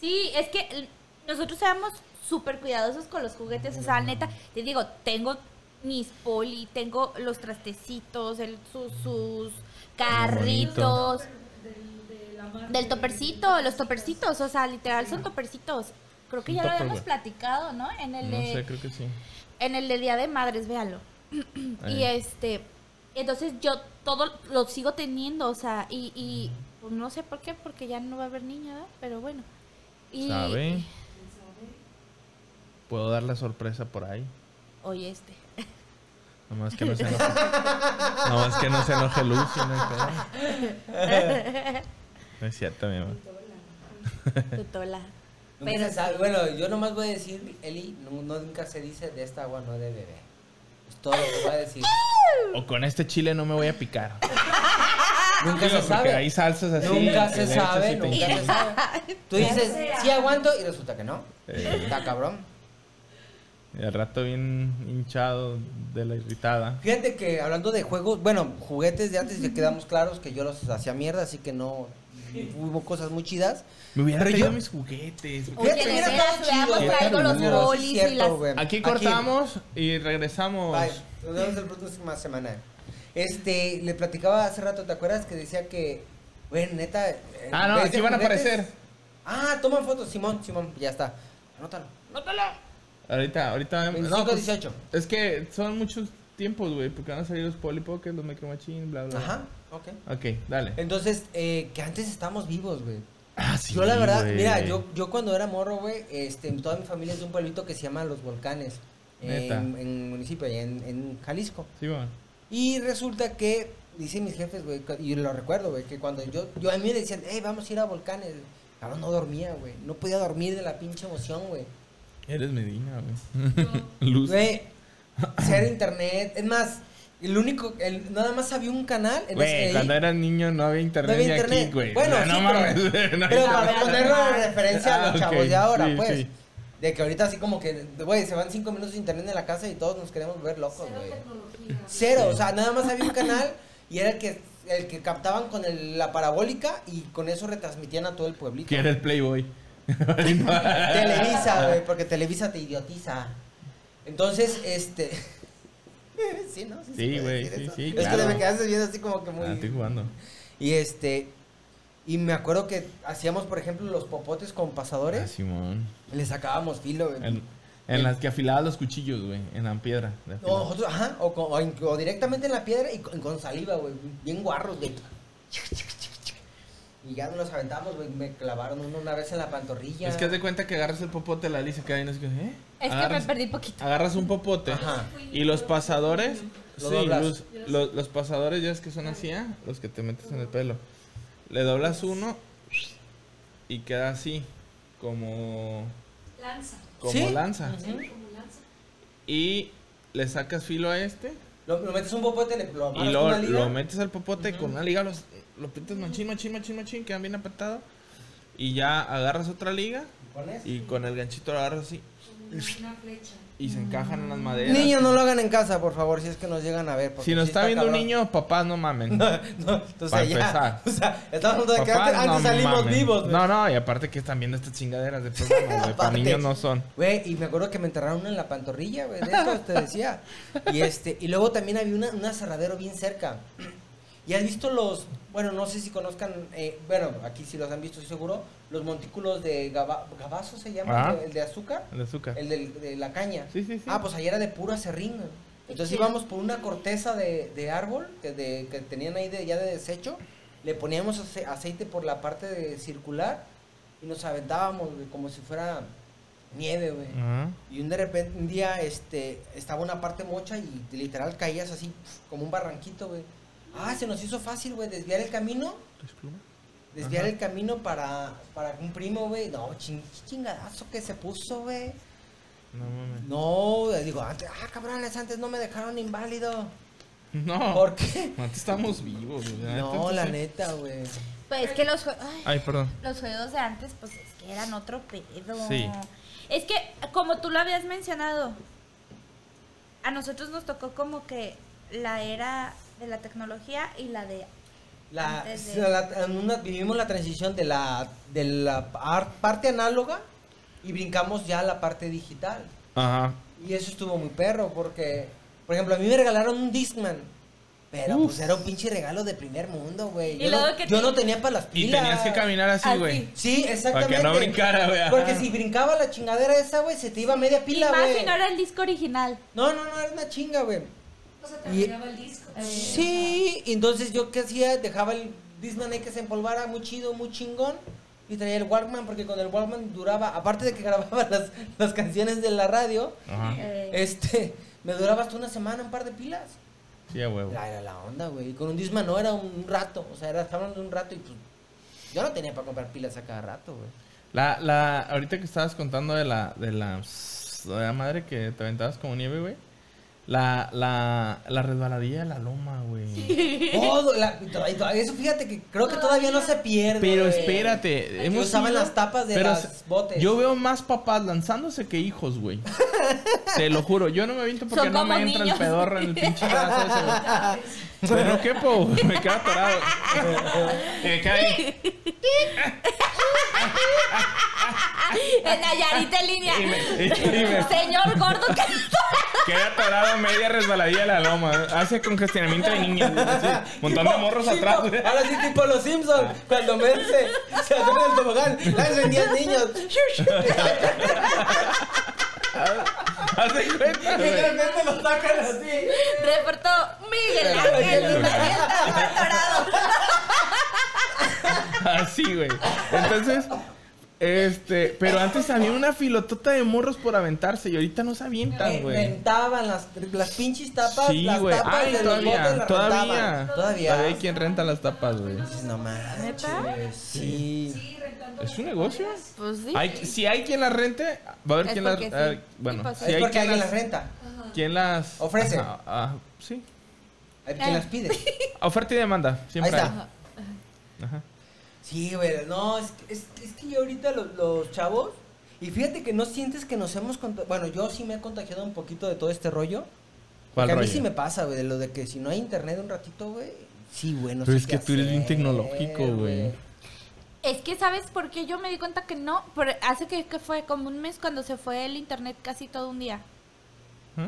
S6: Sí, es que l- nosotros éramos súper cuidadosos con los juguetes. O sea,
S1: Mm.
S6: neta, te digo, tengo mis poli, tengo los trastecitos, el, sus, sus carritos. Del topercito, los topercitos, o sea, literal son topercitos. Creo que
S1: Son
S6: ya lo habíamos
S1: Tupperware.
S6: platicado, ¿no? En el
S1: No
S6: de-
S1: sé, creo que sí.
S6: en el del Día de Madres, véalo. Y
S1: Ahí.
S6: este, entonces yo todo lo sigo teniendo, o sea, y, y pues, no sé por qué, porque ya no va a haber niña, ¿verdad? Pero bueno. Y,
S1: ¿Sabe? Puedo dar la sorpresa por ahí.
S6: Oye, este.
S1: Nomás que no se enoje. Nomás que no se enoje Lucy, no hay pedo. No es cierto, mi mamá.
S6: Tutola.
S5: Nunca
S6: Pero
S5: se sabe. Bueno, yo nomás voy a decir, Eli, no, no- nunca se dice de esta agua no de bebé. Es todo lo que voy a decir.
S1: O con este chile no me voy a picar.
S5: nunca
S1: Digo, porque
S5: se sabe.
S1: hay salsas así.
S5: nunca
S1: que
S5: se
S1: le echas y
S5: sabe,
S1: te
S5: nunca se sabe. Tú dices, sí aguanto y resulta que no.
S1: Eh.
S5: Está cabrón.
S1: Y al rato bien hinchado de la irritada.
S5: Fíjate que hablando de juegos, bueno, juguetes de antes ya quedamos claros que yo los hacía mierda, así que no hubo cosas muy chidas.
S1: Me hubiera
S5: Pero
S1: traído
S5: yo-
S1: mis juguetes.
S6: Oye,
S5: Fíjate,
S6: de
S5: mira,
S6: veras,
S5: todo chido.
S6: hubiéramos traído los
S5: Pero sí es
S6: bolis y
S5: cierto,
S6: las-
S5: güey.
S1: Aquí cortamos y regresamos.
S5: Bye. Nos vemos la próxima semana. Este, le platicaba hace rato, ¿te acuerdas? Que decía que, güey, neta. eh,
S1: Ah, no,
S5: ¿ves
S1: aquí
S5: de
S1: van a
S5: juguetes?
S1: aparecer.
S5: Ah, toman fotos, Simón, Simón, ya está. Anótalo.
S1: Ahorita, ahorita. pues,
S5: 25, 18.
S1: Es que son muchos tiempos, güey, porque van a salir los Polly Pockets, los Micro Machine, bla, bla.
S5: Ajá, ok.
S1: Ok, dale.
S5: Entonces, eh, que antes estamos vivos, güey.
S1: Ah, sí,
S5: yo la verdad,
S1: güey.
S5: mira, yo, yo cuando era morro, güey, este, toda mi familia es de un pueblito que se llama Los Volcanes. En,
S1: Neta.
S5: en municipio, allá en, en Jalisco.
S1: Sí, bueno.
S5: Y resulta que, dicen mis jefes, güey, cu- y lo recuerdo, güey, que cuando yo, yo a mí me decían, hey, vamos a ir a volcanes. Cabrón, no dormía, güey. No podía dormir de la pinche emoción, güey.
S1: Eres Medina, güey. Luz.
S5: Güey, cero internet. Es más, El único, el- nada más había un canal. entonces
S1: Güey,
S5: ahí
S1: cuando era niño no había
S5: no
S1: internet,
S5: había
S1: ni
S5: internet.
S1: aquí, güey.
S5: Bueno,
S1: no
S5: sí,
S1: mames.
S5: pero,
S1: no
S5: pero
S1: hay
S5: para
S1: internet.
S5: ponerlo en referencia a
S1: Ah,
S5: los
S1: ok,
S5: chavos de ahora,
S1: sí,
S5: pues.
S1: sí.
S5: De que ahorita así como que, güey, se van cinco minutos de internet en la casa y todos nos queremos ver locos,
S7: Cero
S5: güey.
S7: tecnología.
S5: Cero, o sea, nada más había un canal y era el que, el que captaban con el- la parabólica y con eso retransmitían a todo el pueblito.
S1: ¿Quién era el Playboy? Ah.
S5: Televisa, güey, porque Televisa te idiotiza. Entonces, este... sí, ¿no? se
S1: Sí,
S5: puede
S1: güey,
S5: decir
S1: sí,
S5: eso.
S1: sí,
S5: Es
S1: claro.
S5: que me quedaste viendo así como que muy... ¿Eh?
S1: Ah, estoy jugando.
S5: Y este. Y me acuerdo que hacíamos, por ejemplo, los popotes con
S1: Ah,
S5: pasadores.
S1: Simón.
S5: Le sacábamos filo. güey.
S1: En, en las que afilaba los cuchillos, güey. En la piedra. de afilar.
S5: O nosotros, ajá, o, con- o in- o directamente en la piedra y con, con saliva, güey. Bien guarros, güey. Y ya nos aventamos, güey. Me clavaron uno una vez en la pantorrilla.
S1: Es que haz de cuenta que agarras el popote, la lisa cae y no sé qué, ¿eh?
S6: Es que me
S1: Agarras-
S6: perdí poquito.
S1: agarras un popote
S5: Ajá.
S1: y los pasadores,
S5: Lo
S1: sí,
S5: doblas.
S1: los, los- los pasadores ya es que son así, ¿ah? los que te metes en el pelo. Le doblas uno y queda así, como,
S7: Lanza.
S1: como
S5: ¿Sí?
S1: lanza.
S5: Ujú.
S7: Como lanza.
S1: Y le sacas filo a este
S5: Lo, lo metes un popote, le, lo amarras
S1: y
S5: con
S1: luego
S5: una liga.
S1: lo metes al popote con una liga, los, lo pintas machín, machín, machín, machín, quedan bien apretado Y ya agarras otra liga
S5: Pones.
S1: y con el ganchito lo agarras así
S7: Como una flecha.
S1: y se encajan en las maderas.
S5: Niños, no lo hagan en casa, por favor, si es que nos llegan a ver. porque
S1: Si nos
S5: sí
S1: está viendo
S5: cabrón.
S1: un niño, papá, no mamen.
S5: No, entonces
S1: Para
S5: ya.
S1: empezar.
S5: O sea, estamos hablando de que
S1: Papá,
S5: antes, antes
S1: no
S5: salimos
S1: mamen.
S5: vivos, güey.
S1: No, no, y aparte que están viendo estas chingaderas de programas, güey. Para
S5: Aparte.
S1: niños no son.
S5: Güey, y me acuerdo que me enterraron una en la pantorrilla, güey, de esto te decía. Y este, y luego también había una, un aserradero bien cerca. ¿Y has visto los, bueno, no sé si conozcan, eh, bueno, aquí si los han visto, sí seguro, los montículos de gaba- gabazo se llama,
S1: Ajá.
S5: el, de- el de azúcar,
S1: El azúcar.
S5: el del- de la caña.
S1: Sí, sí, sí.
S5: Ah, pues allá era de puro acerrín, güey. Entonces íbamos por una corteza de, de árbol que, de- que tenían ahí de, ya de desecho, le poníamos ace- aceite por la parte de circular y nos aventábamos, güey, como si fuera nieve, güey.
S1: Ajá.
S5: Y un de repente, un día, este, estaba una parte mocha y literal caías así, pf, como un barranquito, güey. Ah, se nos hizo fácil, güey, desviar el camino,
S1: ¿Tres plumas?
S5: desviar
S1: Ajá.
S5: el camino para, para un primo, güey. No, ching- chingadazo que se puso, güey.
S1: No mames.
S5: No, digo, antes, ah, cabrones, antes no me dejaron inválido.
S1: No.
S5: ¿Por qué?
S1: Antes estamos vivos, güey. eh.
S5: No, la neta, güey.
S6: Pues es que los, jue- ay,
S1: Ay, perdón.
S6: los juegos de antes, pues es que eran otro pedo.
S1: Sí.
S6: Es que, como tú lo habías mencionado, a nosotros nos tocó como que la era de la tecnología y la de
S5: La,
S6: Antes de-
S5: la- en una- vivimos la transición de la, de la par- parte análoga y brincamos ya a la parte digital.
S1: Ajá.
S5: Y eso estuvo muy perro porque, por ejemplo, a mí me regalaron un Discman. Pero pues era un pinche regalo de primer mundo, güey.
S6: Y
S5: Yo, no,
S6: luego que
S5: yo
S6: te-
S5: no tenía para las
S1: Y
S5: pilas.
S1: tenías que caminar así,
S6: Así.
S1: güey.
S5: Sí,
S1: Para
S5: exactamente.
S1: que no brincara, güey. Ajá.
S5: Porque si brincaba la chingadera esa, güey, se te iba media pila,
S6: y más
S5: güey.
S6: si no era el disco original.
S5: No, no, no, era una chinga, güey.
S7: O sea, terminaba el disco.
S5: Sí, y entonces yo qué hacía, dejaba el Disman ahí que se empolvara, muy chido, muy chingón. Y traía el Walkman, porque con el Walkman duraba, aparte de que grababa las, las canciones de la radio,
S1: Ajá.
S6: Eh,
S5: este, me duraba hasta una semana, un par de pilas.
S1: Sí, a huevo.
S5: Era, era la onda, güey. Y con un Disman no era un rato, o sea, era, estaban de un rato y pues yo no tenía para comprar pilas a cada rato, güey.
S1: La, la, ahorita que estabas contando de la, de la, de la madre que te aventabas como nieve, güey. La, la, la resbaladilla de la loma, güey.
S5: Todo, la- y to- y to- eso fíjate que creo que todavía no se pierde.
S1: Pero
S5: güey.
S1: espérate,
S5: Que
S1: hemos
S5: usaban
S1: ido-
S5: las tapas de
S1: pero
S5: las botes.
S1: Yo veo más papás lanzándose que hijos, güey. Te lo juro, yo no me aviento porque
S6: Son
S1: no me
S6: como
S1: entra
S6: niños.
S1: el pedorro en el pinche brazo ese, güey. Pero no quepo, güey, me queda atorado. Y me queda ahí,
S6: en Nayarit en línea.
S1: y me- y- y me-
S6: Señor gordo, que
S1: queda atorado media resbaladilla de la loma. Hace congestionamiento de niños, güey, así, montón de morros
S5: Tipo,
S1: atrás, güey.
S5: Ahora sí, tipo los Simpsons, cuando Merce se atreve el tobogán, lanzan 10 niños.
S1: Haz de cuenta,
S5: Y
S1: güey.
S5: de repente lo sacan así.
S6: reportó Miguel Ángel.
S1: Así, güey. Entonces, este, pero antes había una filotota de morros por aventarse y ahorita no se
S5: Eh,
S1: avientan, güey.
S5: Rentaban las, las pinches tapas.
S1: Sí,
S5: las
S1: güey.
S5: tapas
S1: Ay,
S5: de los botes
S1: todavía,
S5: las
S1: todavía.
S5: rentaban. Todavía.
S1: Todavía hay quien renta las tapas, güey.
S5: Dices, No manches. Sí.
S7: Sí, rentando
S1: ¿Es un negocio?
S6: Pues sí.
S1: Hay- si hay quien las rente, va a haber
S6: Es
S1: quien las...
S6: porque sí.
S1: ah, Bueno,
S6: Sí, pues,
S1: si
S5: es
S1: hay
S5: porque
S1: quien
S5: alguien
S1: las,
S5: las renta.
S1: quien las...
S5: Ofrece.
S1: Ah, ah, sí.
S5: Hay quien
S6: Eh.
S5: las pide.
S1: Oferta y demanda, siempre.
S5: Ahí
S1: Ahí
S5: está.
S1: Ajá.
S5: Sí, güey, no, es, que- es, es que yo ahorita los, los chavos, y fíjate que no sientes que nos hemos contagiado, bueno, yo sí me he contagiado un poquito de todo este rollo,
S1: ¿Cuál
S5: porque a mí
S1: rollo?
S5: sí me pasa, güey, de lo de que si no hay internet un ratito, güey, sí, güey, no
S1: Pero
S5: sé
S1: es
S5: qué
S1: que tú eres bien
S5: hacer,
S1: tecnológico, güey.
S6: Es que, ¿sabes por qué yo me di cuenta que no? Por- hace que, que fue como un mes cuando se fue el internet casi todo un día.
S1: ¿Ah?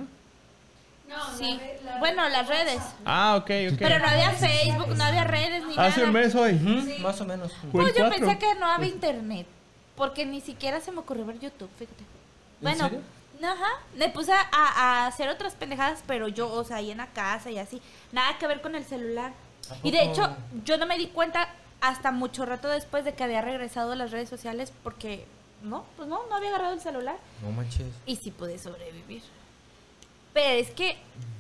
S7: No,
S6: Sí.
S7: la re- la-
S6: bueno, las redes.
S1: Ah, ok, ok.
S6: Pero no había Facebook, no había redes ni
S1: Hace un
S6: nada.
S1: mes hoy. ¿Mm?
S5: Ujú, Más o menos.
S1: Fue el
S6: Pues yo
S1: cuatro.
S6: pensé que no había internet. Porque ni siquiera se me ocurrió ver YouTube, fíjate. Bueno,
S5: serio?
S6: ajá. Me puse a, a hacer otras pendejadas, pero yo, o sea, ahí en la casa y así. Nada que ver con el celular. Y de
S5: poco?
S6: hecho, yo no me di cuenta hasta mucho rato después de que había regresado a las redes sociales porque no, pues no, no había agarrado el celular
S5: No manches.
S6: y sí pude sobrevivir. Pero es que,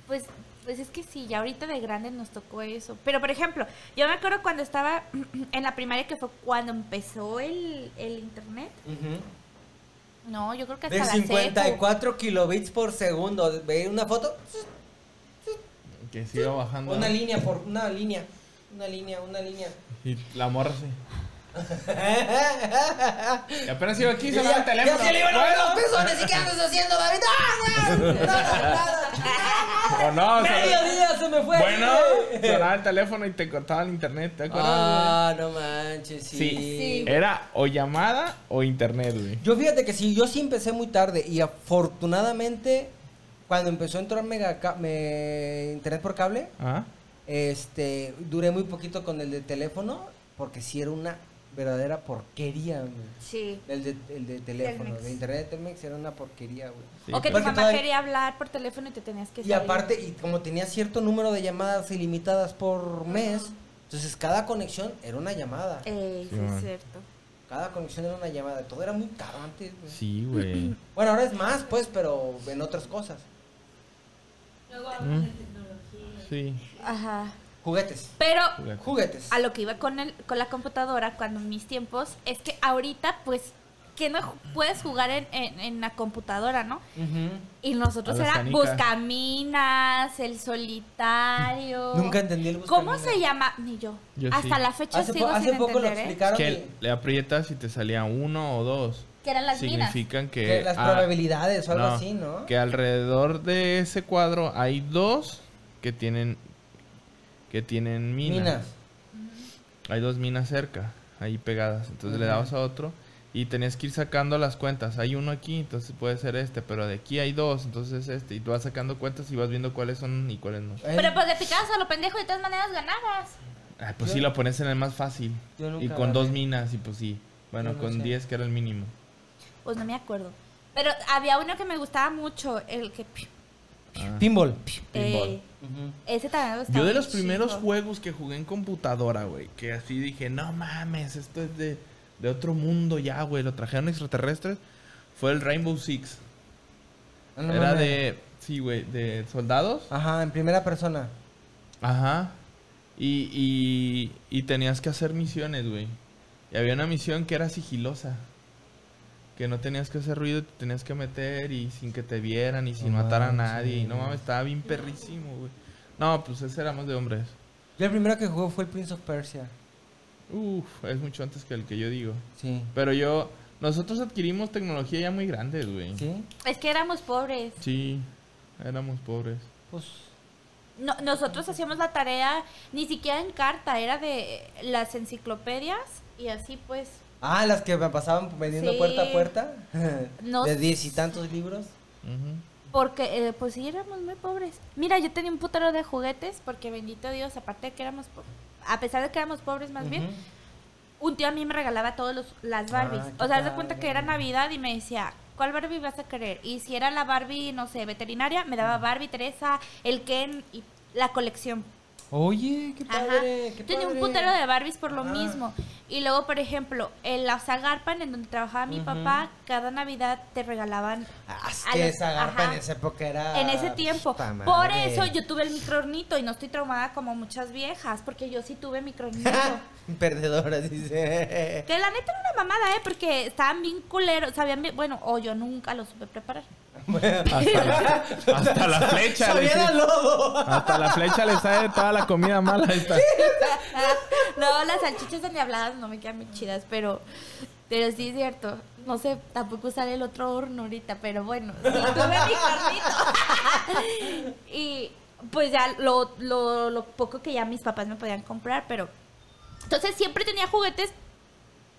S6: pues, pues es que sí, ya ahorita de grande nos tocó eso. Pero por ejemplo, yo me acuerdo cuando estaba en la primaria que fue cuando empezó el, el internet. No, yo creo que hasta
S5: De
S6: la secu.
S5: 54 kilobits por segundo, ve una foto,
S1: Que se iba bajando.
S5: una línea por, una línea, una línea, una línea.
S1: Y la morra sí. Y apenas iba aquí, se me va el
S5: ya-
S1: teléfono.
S5: ya se le iban a ver los
S1: Bueno. pues,
S5: pezones, ¿y qué andas haciendo, David? ¡Ah, no! No, no,
S1: O no,
S5: no.
S1: se-
S5: Mediodía se me fue.
S1: Bueno,
S5: güey.
S1: sonaba el teléfono y te cortaba el internet, ¿te acuerdas? güey?
S5: Ah, no manches, sí.
S1: Sí. Era o llamada o internet, güey.
S5: Yo fíjate que sí, yo sí empecé muy tarde y afortunadamente cuando empezó a entrar mega ca- me- internet por cable,
S1: ¿Ah?
S5: este, duré muy poquito con el de teléfono porque sí era una verdadera porquería, güey.
S6: Sí.
S5: El de, el de teléfono,
S6: Telmex.
S5: el de internet de Telmex era una porquería, güey.
S1: Sí,
S6: o que tu
S5: pero-
S6: mamá
S5: Porque
S6: quería hablar por teléfono y te tenías que
S5: Y aparte, y como tenía cierto número de llamadas ilimitadas por mes, entonces cada conexión era una llamada.
S6: Eh, sí,
S1: Sí, man.
S6: es cierto.
S5: Cada conexión era una llamada. Todo era muy caro antes. güey.
S1: Sí, güey.
S5: Bueno, ahora es más, pues, pero en otras cosas.
S7: Luego hablan de
S1: ¿Mm?
S7: tecnología.
S1: Sí.
S6: Ajá.
S5: Juguetes.
S6: Pero
S5: Juguetes.
S6: a lo que iba con el, con la computadora cuando en mis tiempos es que ahorita pues que no ju- puedes jugar en, en, en la computadora, ¿no?
S5: Ujú.
S6: Y nosotros
S1: A las
S6: era
S1: canicas.
S6: buscaminas, el solitario.
S5: Nunca entendí el
S6: Oh. ¿Cómo
S5: buscaminas.
S6: se llama? Ni yo.
S1: Yo
S6: Hasta
S1: sí.
S6: la fecha
S5: Hace, po-
S6: sigo
S5: hace
S6: sin
S5: poco lo
S6: entender, ¿eh?
S5: explicaron.
S1: Que
S5: y-
S1: le aprietas y te salía uno o dos.
S6: Que eran las minas.
S1: Significan que.
S5: que las
S1: ah,
S5: probabilidades o algo
S1: no,
S5: así, ¿no?
S1: Que alrededor de ese cuadro hay dos que tienen. Que tienen minas.
S5: Minas.
S1: Hay dos minas cerca, ahí pegadas. Entonces le dabas a otro y tenías que ir sacando las cuentas. Hay uno aquí, entonces puede ser este, pero de aquí hay dos, entonces este. Y tú vas sacando cuentas y vas viendo cuáles son y cuáles no.
S5: Eh,
S6: Pero pues de picadas a lo pendejo de todas maneras ganabas.
S1: Ah, pues sí, lo pones en el más fácil.
S5: Yo nunca
S1: Y con dos
S5: gané.
S1: minas, y pues sí. Bueno,
S5: Yo no sé.
S1: con 10 que era el mínimo.
S6: Pues no me acuerdo. Pero había uno que me gustaba mucho, el que...
S1: Ah.
S5: Pinball.
S1: Pinball.
S6: eh,
S5: Ujú.
S6: ese también me gustaba
S1: Yo de los
S6: un
S1: primeros
S6: chingo.
S1: juegos que jugué en computadora, güey, que así dije, no mames, esto es de, de otro mundo ya, güey, lo trajeron extraterrestres, fue el Rainbow Six.
S5: Ah, no
S1: Era
S5: mames.
S1: de, sí, güey, de soldados.
S5: Ajá, en primera persona.
S1: Ajá. Y, y, y tenías que hacer misiones, güey. Y había una misión que era sigilosa. Que no tenías que hacer ruido, te tenías que meter y sin que te vieran y sin
S5: No
S1: matar a
S5: manches.
S1: nadie. Y no mames, estaba bien perrísimo, güey. No, pues ese era más de hombres.
S5: Yo el primero que jugué fue el Prince of Persia.
S1: Uf, es mucho antes que el que yo digo.
S5: Sí.
S1: Pero yo, nosotros adquirimos tecnología ya muy grande, güey. Sí.
S5: ¿Sí?
S6: Es que éramos pobres.
S1: éramos pobres.
S5: Pues.
S6: No- nosotros hacíamos la tarea ni siquiera en carta, era de las enciclopedias y así pues.
S5: Ah, las que me pasaban vendiendo
S6: Sí.
S5: puerta a puerta.
S6: No
S5: de
S6: sé.
S5: diez y tantos libros.
S1: Ujú.
S6: Porque eh, pues sí éramos muy pobres. Mira, yo tenía un putero de juguetes porque bendito Dios, aparte de que éramos po- a pesar de que éramos pobres más bien, un tío a mí me regalaba todos los las Barbies.
S5: Ah, qué
S6: o sea, haz de cuenta
S5: padre.
S6: que era Navidad y me decía, "¿Cuál Barbie vas a querer?" Y si era la Barbie, no sé, veterinaria, me daba Barbie, Teresa, el Ken y la colección.
S5: Oye, qué
S6: Ajá.
S5: padre. qué
S6: Tenía un
S5: padre.
S6: putero de Barbies por lo
S5: Ajá.
S6: mismo. Y luego, por ejemplo, en la Zagarpan, en donde trabajaba mi papá, cada Navidad te regalaban.
S5: Ah, es
S6: a
S5: que
S6: los-
S5: esa garpa
S6: ajá,
S5: en esa época era.
S6: en ese tiempo.
S5: Ah, Puta madre.
S6: Por eso yo tuve el microornito y no estoy traumada como muchas viejas, porque yo sí tuve microornito.
S5: Perdedora, dice.
S6: que la neta era una mamada, ¿eh? Porque estaban bien culeros, sabían bien. Bueno, o yo nunca lo supe preparar.
S1: Hasta la, hasta la flecha. le
S5: ¡Sabía
S1: sí.
S5: de lodo!
S1: Hasta la flecha le sale toda la comida mala. Esta.
S6: No, las salchichas de mi habladas no me quedan muy chidas, pero, pero sí es cierto. No sé, tampoco usar el otro horno ahorita, pero bueno, sí, tuve mi carnito. y pues ya lo, lo, lo poco que ya mis papás me podían comprar, pero... Entonces siempre tenía juguetes,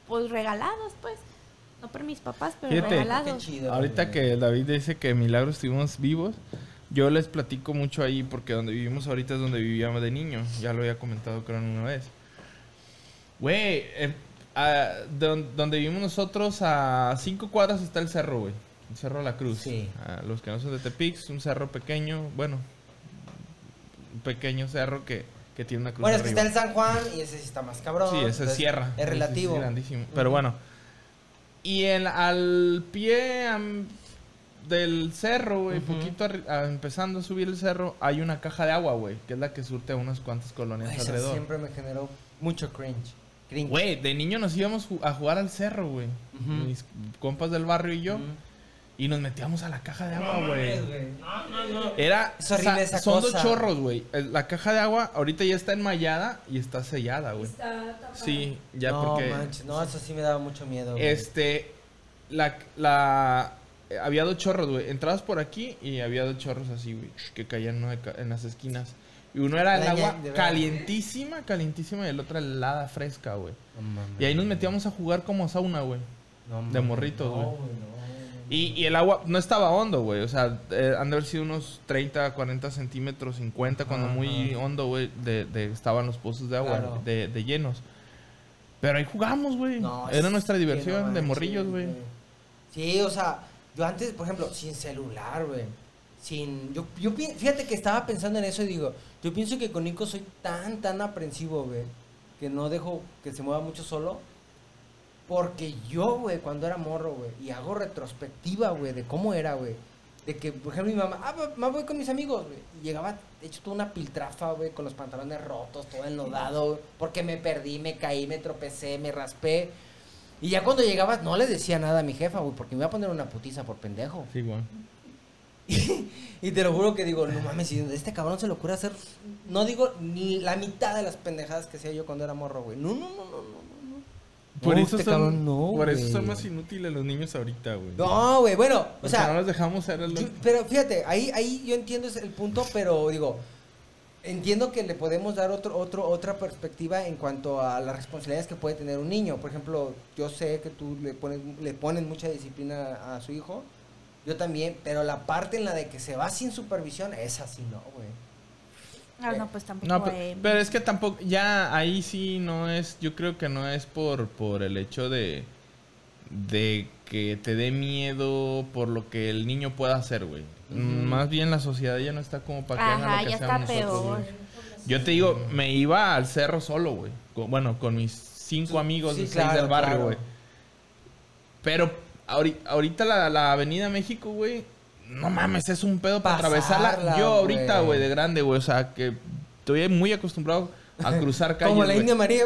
S6: pues regalados, pues. No por mis papás, pero
S1: Fíjate.
S5: Qué
S6: regalados.
S5: chido.
S1: Ahorita
S5: güey.
S1: que David dice que milagros estuvimos vivos, yo les platico mucho ahí porque donde vivimos ahorita es donde vivíamos de niño. Ya lo había comentado creo una vez. Güey, eh, a- don- donde vivimos nosotros a cinco cuadras está el cerro, güey. El cerro La Cruz.
S5: Sí.
S1: A los que no son de Tepix, un cerro pequeño, bueno, un pequeño cerro que, que tiene una cruz.
S5: Bueno, es que
S1: arriba.
S5: está en San Juan y ese sí está más cabrón.
S1: Sí, esa es
S5: entonces,
S1: sierra.
S5: Es relativo.
S1: Es grandísimo. Pero bueno. Y en, al pie am, del cerro, güey, poquito arri- a- empezando a subir el cerro, hay una caja de agua, güey, que es la que surte a unas cuantas colonias
S5: Güey, eso
S1: alrededor.
S5: siempre me generó mucho cringe. Cringe.
S1: Güey, de niño nos íbamos ju- a jugar al cerro, güey.
S5: Ujú.
S1: Mis compas del barrio y yo.
S5: Ujú.
S1: Y nos metíamos a la caja de agua, güey. Era.
S5: Es horrible esa
S1: son
S5: cosa.
S1: dos chorros, güey. El- La caja de agua ahorita ya está enmayada y está sellada, güey.
S7: Está tapado.
S1: Sí, ya
S5: no,
S1: porque.
S5: manches, no, eso sí me daba mucho miedo. güey.
S1: Este, la, la, eh, había dos chorros, güey. Entrabas por aquí y había dos chorros así, güey, que caían ¿no? de ca- en las esquinas. Y uno era el
S5: Ay, ya,
S1: agua
S5: de verdad.
S1: calientísima, calientísima, y el otro helada fresca, güey.
S5: No mames.
S1: Y ahí nos metíamos a jugar como a sauna, güey.
S5: No
S1: de
S5: mames,
S1: morritos,
S5: no,
S1: güey.
S5: no.
S1: Y, y el agua no estaba hondo, güey. O sea, eh, han de haber sido unos 30, 40 centímetros, 50, cuando
S5: Ajá.
S1: muy hondo, güey, de, de- estaban los pozos de agua,
S5: Claro.
S1: de, de llenos. Pero ahí jugamos, güey.
S5: No,
S1: Era
S5: es
S1: nuestra
S5: que
S1: diversión
S5: no
S1: de
S5: manches,
S1: morrillos, güey.
S5: Sí, o sea, yo antes, por ejemplo, sin celular, güey. Sin, yo, yo pi- fíjate que estaba pensando en eso y digo, yo pienso que con Nico soy tan, tan aprensivo, güey, que no dejo que se mueva mucho solo. Porque yo, güey, cuando era morro, güey, y hago retrospectiva, güey, de cómo era, güey. De que, por ejemplo, mi mamá, ah, va- me voy con mis amigos, güey. Y llegaba, de hecho, toda una piltrafa, güey, con los pantalones rotos, todo enlodado, güey, porque me perdí, me caí, me tropecé, me raspé. Y ya cuando llegaba, no le decía nada a mi jefa, güey, porque me iba a poner una putiza por pendejo.
S1: Sí, güey.
S5: Y te lo juro que digo, no mames, si a este cabrón se le ocurre hacer, no digo ni la mitad de las pendejadas que hacía yo cuando era morro, güey. No, no, no, no, no, no.
S1: Por,
S5: No,
S1: eso,
S5: este
S1: son,
S5: cabrón no,
S1: por eso
S5: güey.
S1: son más inútiles los niños ahorita, güey.
S5: No, güey, bueno, o
S1: Porque
S5: sea,
S1: Pues, no los dejamos ser los...
S5: Yo- pero fíjate, ahí, ahí yo entiendo ese- el punto, pero digo, entiendo que le podemos dar otro, otro, otra perspectiva en cuanto a las responsabilidades que puede tener un niño. Por ejemplo, yo sé que tú le pones, le pones mucha disciplina a su hijo, yo también, pero la parte en la de que se va sin supervisión, es así, no, güey.
S6: Ah, no, pues tampoco.
S1: No, pe-
S6: eh,
S1: pero, es que tampoco, ya ahí sí no es, yo creo que no es por, por el hecho de, de que te dé miedo por lo que el niño pueda hacer, güey. Más bien la sociedad ya no está como para que hagan
S6: Ajá,
S1: lo que
S6: ya está
S1: hacemos nosotros,
S6: peor.
S1: güey. Yo te digo, me iba al cerro solo, güey. Con- bueno, con mis cinco amigos
S5: sí,
S1: de seis
S5: claro,
S1: del barrio,
S5: claro.
S1: güey. Pero ahori- ahorita la, la Avenida México, güey, no mames, es un pedo para
S5: Pasarla,
S1: atravesarla. Yo ahorita,
S5: güey.
S1: güey, de grande, güey, o sea, que estoy muy acostumbrado a cruzar calles.
S5: Como la
S1: güey.
S5: India María.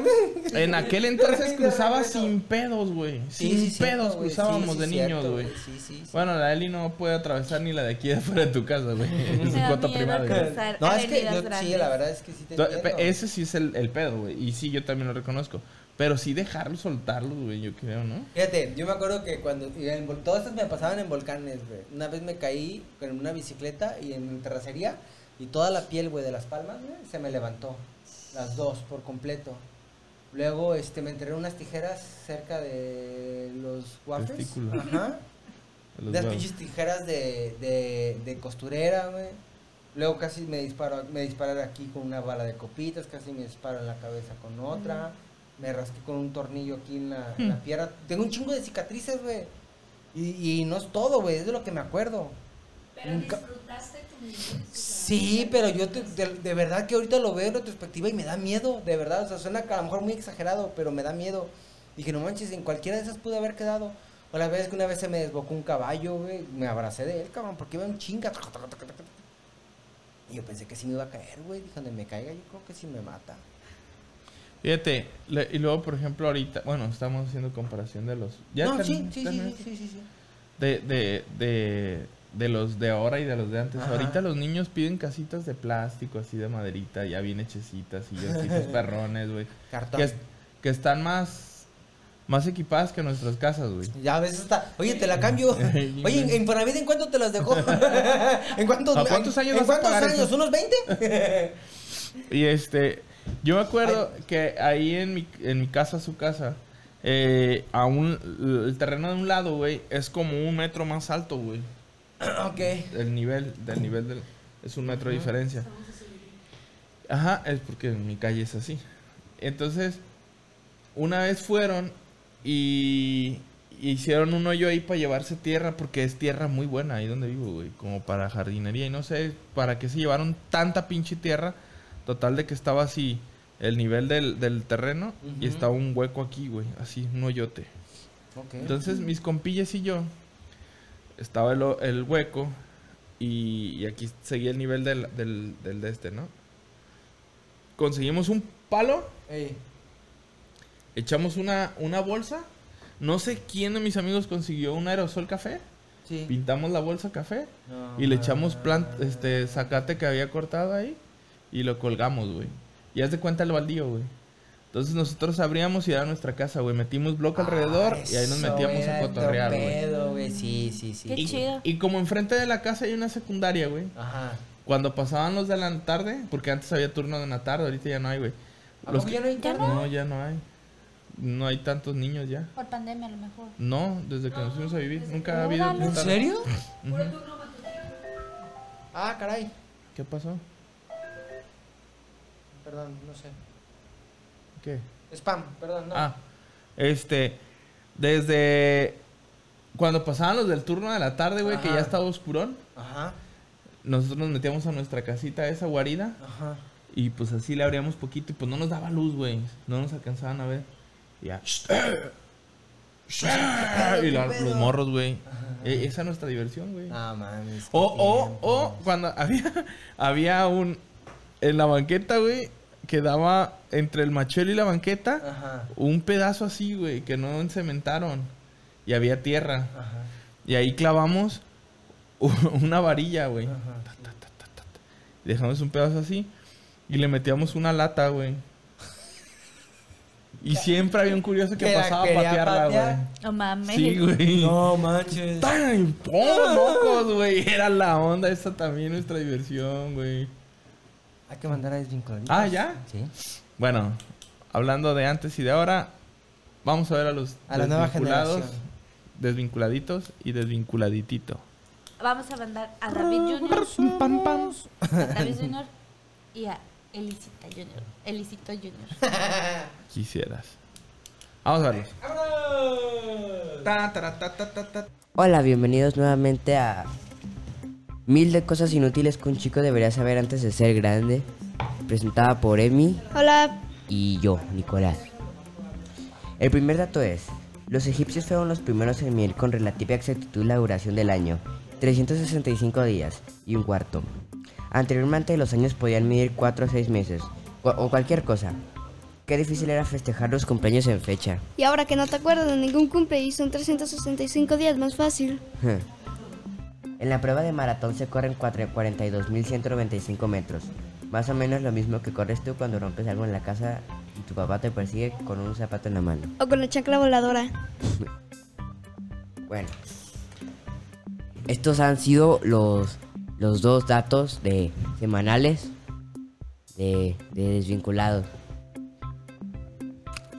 S1: En aquel entonces
S5: India
S1: cruzaba
S5: María,
S1: sin pedos, güey.
S5: Sí,
S1: sin
S5: sí, cierto,
S1: pedos
S5: güey, sí,
S1: cruzábamos
S5: sí,
S1: de
S5: cierto,
S1: niños, güey.
S5: Sí, sí, sí.
S1: Bueno, la Eli no puede atravesar ni la de aquí de afuera de tu casa, güey. Es
S6: Me
S1: su
S6: da
S1: cuota
S6: miedo
S1: privada, güey.
S6: cruzar
S5: no, es que
S6: avenidas
S5: yo, sí,
S6: grandes.
S5: la verdad es que sí te
S1: Do-
S5: entiendo.
S1: pe- Ese sí es el, el pedo, güey. Y sí, yo también lo reconozco. Pero sí dejarlo, soltarlo, güey, yo creo, ¿no?
S5: Fíjate, yo me acuerdo que cuando en vol- todas estas me pasaban en volcanes, güey. Una vez me caí con una bicicleta y en terracería y toda la piel, güey, de las palmas, güey, se me levantó. Las dos por completo. Luego este me enterré unas tijeras cerca de los waffles.
S1: Testículo.
S5: Ajá.
S1: Los
S5: Las
S1: huevos.
S5: pinches tijeras de, de, de costurera, güey. Luego casi me disparo, me dispararon aquí con una bala de copitas, casi me disparo en la cabeza con otra. Me rasqué con un tornillo aquí en la, en la pierna. Tengo un chingo de cicatrices, güey. Y, y no es todo, güey, es de lo que me acuerdo.
S7: Pero
S5: Nunca-
S7: disfrutaste tu niñez.
S5: Sí, pero yo te- de, de verdad que ahorita lo veo en retrospectiva y me da miedo, de verdad. O sea, suena que a lo mejor muy exagerado, pero me da miedo. Dije, no manches, en cualquiera de esas pude haber quedado. O la vez que una vez se me desbocó un caballo, güey, me abracé de él, cabrón, porque iba un chinga. taca, taca, taca, taca. Y yo pensé que sí me iba a caer, güey. Dije, donde me caiga, yo creo que sí me mata.
S1: Fíjate, le- y luego, por ejemplo, ahorita, bueno, estamos haciendo comparación de los...
S5: no,
S1: termi-
S5: sí, sí, sí,
S1: terminaste?
S5: sí, sí, sí, sí.
S1: De, de, de, de los de ahora y de los de antes.
S4: Ajá.
S1: Ahorita los niños piden casitas de plástico, así de maderita, ya bien hechecitas y así sus perrones, güey.
S5: Cartón.
S1: Que, es- que están más, más equipadas que nuestras casas, güey.
S5: Ya a veces está. Oye, te la cambio. Oye, en Infonavit, ¿en cuánto te las dejó? ¿En cuántos,
S1: ¿A cuántos años
S5: ¿En
S1: vas a
S5: cuántos
S1: pagar
S5: años?
S1: eso?
S5: ¿Unos 20?
S1: Y este, yo me acuerdo que ahí en mi, en mi casa, su casa, eh, a un, el terreno de un lado, güey, es como un metro más alto, güey.
S5: ok.
S1: El nivel, del nivel del, es un metro de diferencia. Ajá, es porque en mi calle es así. Entonces, una vez fueron y y hicieron un hoyo ahí para llevarse tierra porque es tierra muy buena ahí donde vivo, güey, como para jardinería y no sé para qué se llevaron tanta pinche tierra. Total de que estaba así el nivel del, del terreno y
S5: Ujú.
S1: estaba un hueco aquí, güey, así un hoyote.
S5: Ok.
S1: Entonces mis compillas y yo estaba el, o- el hueco y, y aquí seguía el nivel del, del, del de este, ¿no? Conseguimos un palo,
S5: Ey,
S1: echamos una, una bolsa. No sé quién de mis amigos consiguió un aerosol café.
S5: sí.
S1: Pintamos la bolsa café
S5: No
S1: y le echamos plant,
S5: mames.
S1: este zacate que había cortado ahí y lo colgamos, güey. Y haz de cuenta el baldío, güey. Entonces nosotros abríamos y era nuestra casa, güey. Metimos bloque alrededor y ahí nos
S5: Eso
S1: metíamos
S5: era
S1: a
S5: el
S1: cotorrear, güey.
S5: pedo, güey. Sí, sí, sí.
S6: Qué
S5: sí.
S6: chido.
S1: Y como enfrente de la casa hay una secundaria, güey.
S5: Ajá.
S1: Cuando pasaban los de la tarde, porque antes había turno de la tarde, ahorita ya no hay, güey.
S5: ¿A
S1: Los
S5: poco
S1: que-
S5: ya no hay internet?
S1: No, ya no hay. No hay tantos niños ya.
S6: Por pandemia a lo mejor.
S1: No, desde que nos fuimos a vivir, nunca ha habido.
S6: Órale.
S5: ¿En
S1: tarde.
S5: serio?
S7: Puro turno matutino.
S5: Ah, caray.
S1: ¿Qué pasó?
S5: Perdón, no sé.
S1: ¿Qué?
S5: Spam, perdón, no.
S1: Ah, este, desde cuando pasaban los del turno de la tarde, güey, que
S5: Ajá.
S1: ya estaba oscurón,
S5: Ajá,
S1: nosotros nos metíamos a nuestra casita, esa guarida,
S5: ajá.
S1: y pues así le abríamos poquito y pues no nos daba luz, güey, no nos alcanzaban a ver. Y ya, y la- los morros, güey. E- Esa es nuestra diversión, güey.
S5: No mames.
S1: O, o, o, cuando había, había un, en la banqueta, güey, que daba entre el machuelo y la banqueta
S5: Ajá,
S1: un pedazo así, güey, que no encementaron. Y había tierra.
S5: ajá,
S1: Y ahí clavamos u- una varilla, güey.
S5: ajá.
S1: Dejamos un pedazo así y le metíamos una lata, güey. Y siempre había un curioso que
S5: Que la
S1: pasaba a
S5: quería
S1: patearla,
S5: patear.
S1: güey.
S6: No mames.
S1: Sí, güey.
S5: No manches.
S1: ¡Tan! y ¡pum! ¡Locos, güey! Era la onda esa también, nuestra diversión, güey.
S5: Hay que mandar a desvincular.
S1: Ah, ¿ya?
S5: Sí.
S1: Bueno, hablando de antes y de ahora, vamos a ver a los
S5: A la nueva generación.
S1: desvinculaditos y desvinculaditito.
S6: Vamos a mandar a David Junior,
S1: Pam, pam.
S6: a David Junior y a Elisita Junior. Elisito Junior.
S1: Quisieras. Vamos a verlos.
S8: Hola, bienvenidos nuevamente a Mil de cosas inútiles que un chico debería saber antes de ser grande. Presentada por Emi
S9: Hola,
S8: y yo, Nicolás. El primer dato es, los egipcios fueron los primeros en medir con relativa exactitud la duración del año, 365 días y un cuarto. Anteriormente los años podían medir 4 o 6 meses, o- o cualquier cosa. Qué difícil era festejar los cumpleaños en fecha.
S9: y ahora que no te acuerdas de ningún cumple y son 365 días más fácil.
S8: En la prueba de maratón se corren cuatro- 42.195 metros. Más o menos lo mismo que corres tú cuando rompes algo en la casa y tu papá te persigue con un zapato en la mano.
S9: O con la chancla voladora.
S8: Bueno. Estos han sido los, los dos datos de semanales de, de desvinculados.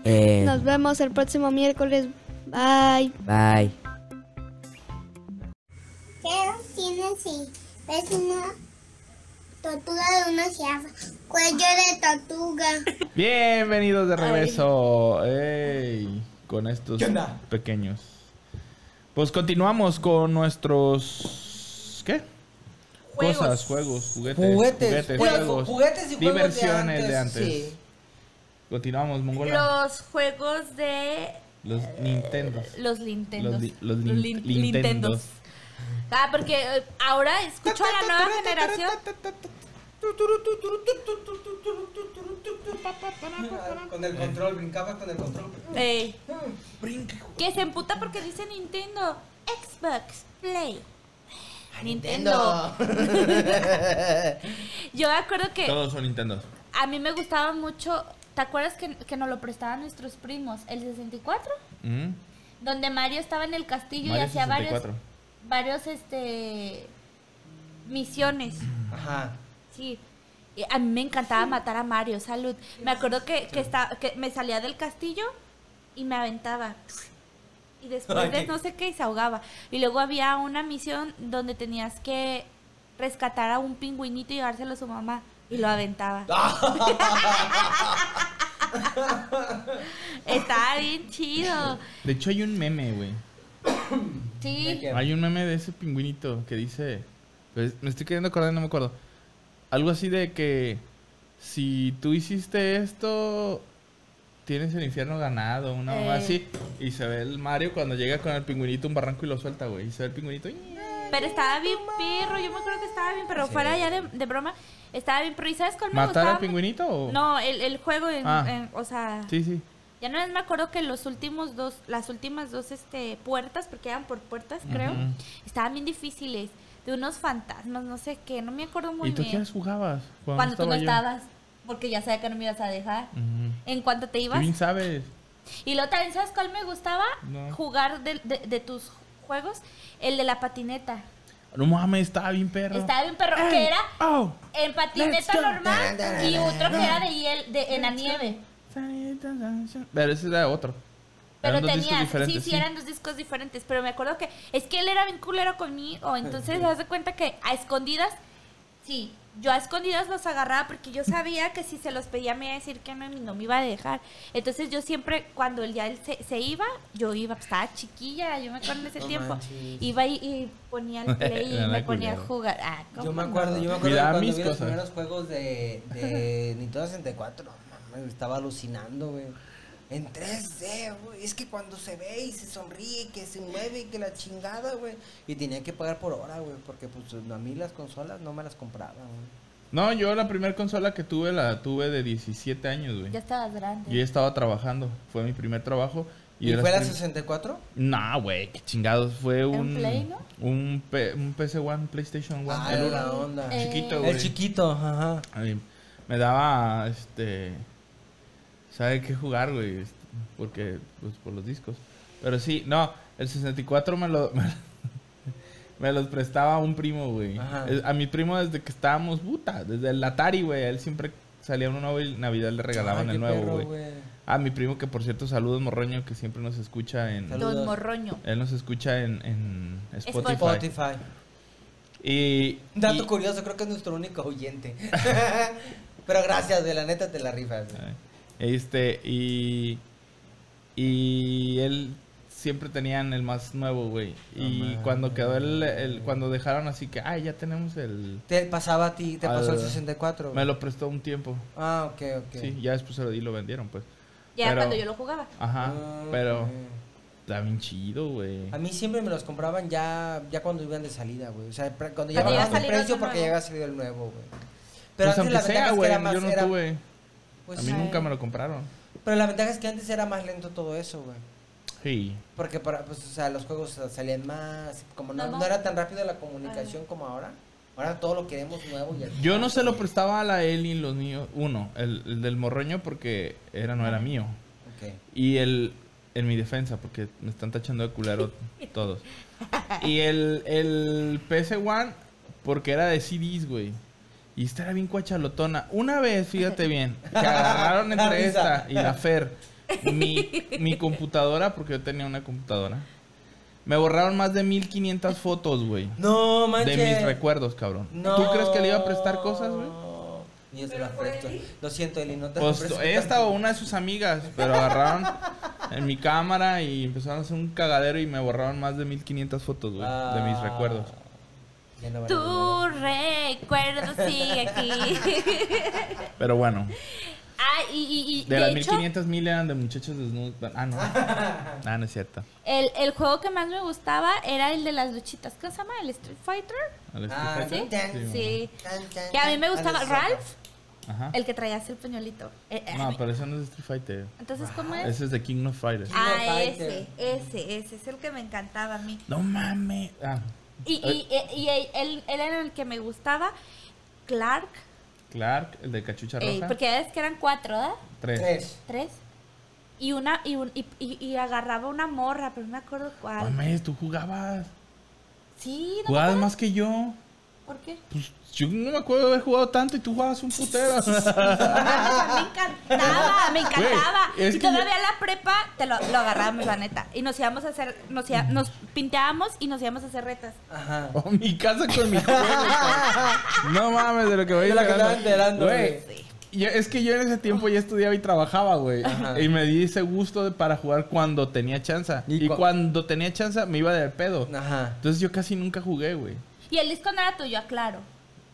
S8: Eh,
S9: Nos vemos el próximo miércoles. Bye.
S8: Bye.
S10: ¿Qué edad tiene si ves una tortuga de una jirafa? Cuello de tortuga.
S1: Bienvenidos de regreso. Ey, con estos
S5: ¿Qué onda?
S1: pequeños. Pues continuamos con nuestros. ¿Qué?
S2: Juegos.
S1: Cosas, juegos, juguetes.
S5: Juguetes, juegos,
S1: juegos,
S5: juguetes y juegos de
S1: diversiones de antes.
S5: antes, sí.
S1: Continuamos, Mongola.
S6: Los juegos de
S1: Los Nintendo.
S6: los Nintendos.
S1: Los di- los
S6: lin-
S1: Nint- Nintendos.
S6: Ah, porque eh, ahora escucho a la nueva generación.
S5: Con el control, brincabas con el control.
S6: Ey. Que se emputa porque dice Nintendo, Xbox, Play. Nintendo. Yo me acuerdo que
S1: Todos son Nintendo.
S6: a mí me gustaba mucho. ¿Te acuerdas que, que nos lo prestaban nuestros primos? El 64,
S1: Mm,
S6: donde Mario estaba en el castillo y
S1: Mario
S6: hacía
S1: 64.
S6: varios, varios, este, misiones.
S5: Ajá.
S6: Sí. Y a mí me encantaba matar a Mario, salud. Me acuerdo que, que, esta- que me salía del castillo y me aventaba. Y después de no sé qué, y se ahogaba. Y luego había una misión donde tenías que rescatar a un pingüinito y llevárselo a su mamá. Y lo aventaba. Estaba bien chido.
S1: De hecho, hay un meme, güey.
S6: Sí.
S5: ¿De
S1: Hay un meme de ese pingüinito que dice. pues, me estoy queriendo acordar, no me acuerdo. Algo así de que. Si tú hiciste esto. Tienes el infierno ganado, una mamá
S6: Eh.
S1: así. Y se ve el Mario cuando llega con el pingüinito a un barranco y lo suelta, güey. Y se ve el pingüinito. y-
S6: Pero estaba bien perro. Yo me acuerdo que estaba bien, pero
S5: Sí.
S6: fuera ya de, de broma. Estaba bien perro. ¿Y sabes cuál me
S1: ¿Matar al
S6: gustaba?
S1: pingüinito o.?
S6: No, el, el juego, en-
S1: Ah.
S6: en- o sea,
S1: Sí, sí.
S6: ya no me acuerdo que los últimos dos, las últimas dos este, puertas, porque eran por puertas, creo,
S1: Ujú.
S6: estaban bien difíciles, de unos fantasmas, no sé qué, no me acuerdo muy
S1: ¿Y tú
S6: bien.
S1: quiénes jugabas?
S6: Cuando tú no
S1: estaba yo?
S6: estabas, porque ya sabía que no me ibas a dejar.
S1: Ujú.
S6: En cuanto te
S1: ¿Qué
S6: ibas.
S1: bien sabes?
S6: Y luego también, ¿sabes cuál me gustaba?
S1: No.
S6: Jugar de, de- de tus juegos, el de la patineta.
S1: No mames, estaba bien perro.
S6: Estaba bien perro, que era
S1: ¡Oh!
S6: en
S1: Let's go.
S6: patineta normal y otro que era de, hiel- de en la nieve.
S1: Pero ese era otro.
S6: Pero
S1: Eran dos discos
S6: tenías, sí, sí,
S1: diferentes,
S6: eran dos discos diferentes, pero me acuerdo que es que él era bien culero conmigo, entonces haz de cuenta que a escondidas, sí, yo a escondidas los agarraba porque yo sabía que si se los pedía me iba a decir que no, y no me iba a dejar. Entonces yo siempre, cuando él ya él se, se iba, yo iba, pues, estaba chiquilla, yo me acuerdo en ese
S5: No
S6: tiempo,
S5: manches.
S6: iba y, y ponía el play y
S1: Era
S6: me ponía a
S1: culero.
S6: jugar. Ah, ¿cómo
S5: Yo me
S6: no?
S5: acuerdo, yo me acuerdo
S1: Mira,
S5: que cuando
S1: mis
S5: vi los
S1: cosas.
S5: primeros juegos de, de Nintendo 64, no, mames, estaba alucinando, güey. En 3D, güey. Es que cuando se ve y se sonríe, que se mueve y que la chingada, güey. Y tenía que pagar por hora, güey, porque pues a mí las consolas no me las compraban, güey.
S1: No, yo la primera consola que tuve la tuve de 17 años, güey.
S6: Ya estabas grande.
S1: Yo ya estaba trabajando. Fue mi primer trabajo.
S5: ¿Y,
S1: yo
S5: fue la
S1: prim-
S5: 64?
S1: Nah, güey, qué chingados. Fue
S6: un
S1: un.
S6: Play, no?
S1: Un, P- un PC One, PlayStation One.
S5: Ah,
S1: el
S5: la
S1: uno.
S5: onda.
S6: Eh,
S1: Chiquito, güey.
S5: El chiquito, ajá.
S1: Ay, Me daba, este, sabe qué jugar, güey, este, porque, pues, por los discos. Pero sí, no, el 64 me lo, me, los prestaba un primo, güey.
S5: Ajá.
S1: Es- A mi primo desde que estábamos, puta, desde el Atari, güey, a él siempre salía uno nuevo y Navidad le regalaban
S5: Ay, qué
S1: el nuevo,
S5: perro,
S1: güey. A mi primo, que por cierto, saludos, Morroño, que siempre nos escucha en...
S5: Saludos.
S6: Don Morroño.
S1: Él nos escucha en, en Spotify.
S5: Spotify.
S1: Y...
S5: Dato
S1: y-
S5: curioso, creo que es nuestro único oyente. Pero gracias, de la neta te la rifas. güey.
S1: Este, y. Y él siempre tenían el más nuevo, güey. y
S5: No mames.
S1: cuando quedó el, el- Cuando dejaron así que, ay, ya tenemos el.
S5: Te pasaba a ti, te pasó
S1: Al-
S5: el 64. güey.
S1: Ah, Me lo prestó un tiempo.
S5: Ah, ok, ok.
S1: Sí, ya después se lo di y lo vendieron, pues.
S6: Ya
S1: Pero-
S6: cuando yo lo jugaba.
S1: Ajá,
S5: Ah,
S1: pero.
S5: ok.
S1: Está bien chido, güey.
S5: A mí siempre me los compraban ya, ya cuando iban de salida, güey. O sea, pre- cuando ya
S6: Cuando ya
S5: bajaban el
S6: salió
S5: precio
S6: otro
S5: porque ya
S6: nuevo.
S5: había salido el nuevo, güey. Pero
S1: Pues
S5: antes
S1: aunque
S5: la ventaja
S1: sea,
S5: es que
S1: güey,
S5: era más...
S1: yo no
S5: era-
S1: tuve.
S5: pues,
S1: a mí
S5: sí.
S1: nunca me lo compraron.
S5: Pero la ventaja es que antes era más lento todo eso, güey.
S1: Sí.
S5: Porque, para, pues, o sea, los juegos salían más... Como no,
S6: No, no.
S5: no era tan rápido la comunicación como ahora. Ahora todo lo queremos nuevo y... al-
S1: Yo no se lo prestaba a la Eli los míos. Uno, el, el del morroño porque era no era mío.
S5: Ok.
S1: Y el. En mi defensa, porque me están tachando de culero todos. Y el, el PS1, porque era de CDs, güey. Y esta era bien cuachalotona. Una vez, fíjate bien, que agarraron
S5: La
S1: entre
S5: risa.
S1: esta y la Fer mi, mi computadora, porque yo tenía una computadora. Me borraron más de 1500 fotos, güey.
S5: No,
S1: De
S5: manches.
S1: mis recuerdos, cabrón. ¿Tú crees que le iba a prestar cosas, güey?
S5: Y yo se las presto. Lo siento, Eli, no te
S1: Pues
S5: las presto.
S1: esta o una de sus amigas, pero agarraron en mi cámara y empezaron a hacer un cagadero y me borraron más de 1500 fotos, güey, de mis
S5: Ah.
S1: recuerdos.
S5: Ya no van a
S6: Tu recuerdo sigue aquí.
S1: Pero bueno,
S6: Ah, y, y- y-
S1: de,
S6: de,
S1: las
S6: hecho,
S1: 1500 mil eran de muchachos desnudos. Ah, no. Ah, no es cierto.
S6: el, el juego que más me gustaba era el de las luchitas. ¿Cómo se llama? ¿El Street Fighter?
S1: ¿Al
S5: Ah,
S1: Street
S5: ¿sí?
S1: Fighter?
S5: Sí.
S6: Sí.
S5: Tan, tan,
S6: Que a mí
S5: tan.
S6: me
S5: Ah,
S6: gustaba
S5: no es cierto.
S6: Ralph,
S1: Ajá.
S6: el que traía así el pañuelito. Eh, eh,
S1: No, pero eso no es Street Fighter.
S6: Entonces, ¿cómo es?
S1: Ese es de King of Fighters.
S6: Ah,
S5: Fighter.
S6: ese, ese, ese. Es el que me encantaba a mí.
S1: No mames. Ah,
S6: Y, y, eh, y- y él, él era el que me gustaba, Clark,
S1: Clark, el de cachucha
S6: eh,
S1: roja.
S6: porque es que eran cuatro, ¿verdad?
S1: Tres.
S6: Tres. Y una, y, un- y, y- y agarraba una morra, pero no me acuerdo cuál.
S1: Mames, tú jugabas.
S6: Sí, no me
S1: Jugabas
S6: acuerdo.
S1: más que yo.
S6: ¿Por qué?
S1: Pues yo no me acuerdo de haber jugado tanto y tú jugabas un putero.
S6: Me encantaba, me encantaba.
S1: Güey, es
S6: y
S1: que yo-
S6: todavía en la prepa te lo, lo agarrábamos, la neta. Y nos íbamos a hacer, nos, ia- nos pintábamos y nos íbamos a hacer retas.
S5: Ajá.
S1: O mi casa con mi juego. cabrón. no mames de lo que voy
S5: De lo que
S1: enterando.
S5: te vas enterando, güey.
S1: Güey, yo- es que yo en ese tiempo ya estudiaba y trabajaba, güey.
S5: Ajá.
S1: Y me di ese gusto de- para jugar cuando tenía chance.
S5: Y
S1: Y,
S5: cua-
S1: cuando tenía chance me iba de pedo.
S5: Ajá.
S1: Entonces yo casi nunca jugué, güey.
S6: Y el disco no era tuyo, aclaro.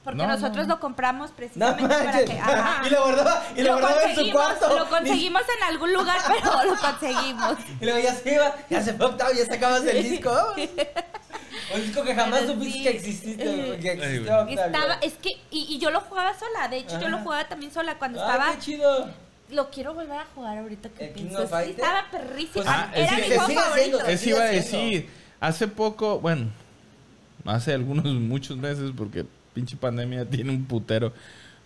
S6: Porque
S1: No,
S6: nosotros
S1: no.
S6: lo compramos
S5: No
S6: precisamente para
S5: manches.
S6: que. ajá.
S5: Y lo guardaba, y lo guardaba en su cuarto.
S6: lo conseguimos en algún lugar, pero lo conseguimos.
S5: Y luego ya se iba, ya se fue Octavio, ya sacabas el disco. Un disco que jamás
S6: Pero
S5: supiste
S6: sí.
S5: que exististe, güey, que
S1: Ay,
S5: existió
S1: güey.
S5: Octavio.
S6: Estaba, es que, y, y yo lo jugaba sola, de hecho, yo lo
S5: Ajá.
S6: jugaba también sola cuando
S5: Ah,
S6: estaba.
S5: qué chido.
S6: Lo quiero volver a jugar ahorita que
S1: Eh,
S5: ¿El King
S6: pienso.
S5: of
S6: Sí,
S5: Fighter?
S6: estaba perrísimo.
S1: Ah, es
S6: Era
S1: que-
S6: mi
S1: que
S6: juego
S5: Pues, sigue siendo,
S6: favorito.
S5: Lo
S1: Eso
S5: sigue
S1: iba a
S5: haciendo.
S1: decir. Hace poco, bueno, hace algunos, muchos meses, porque pinche pandemia tiene un putero.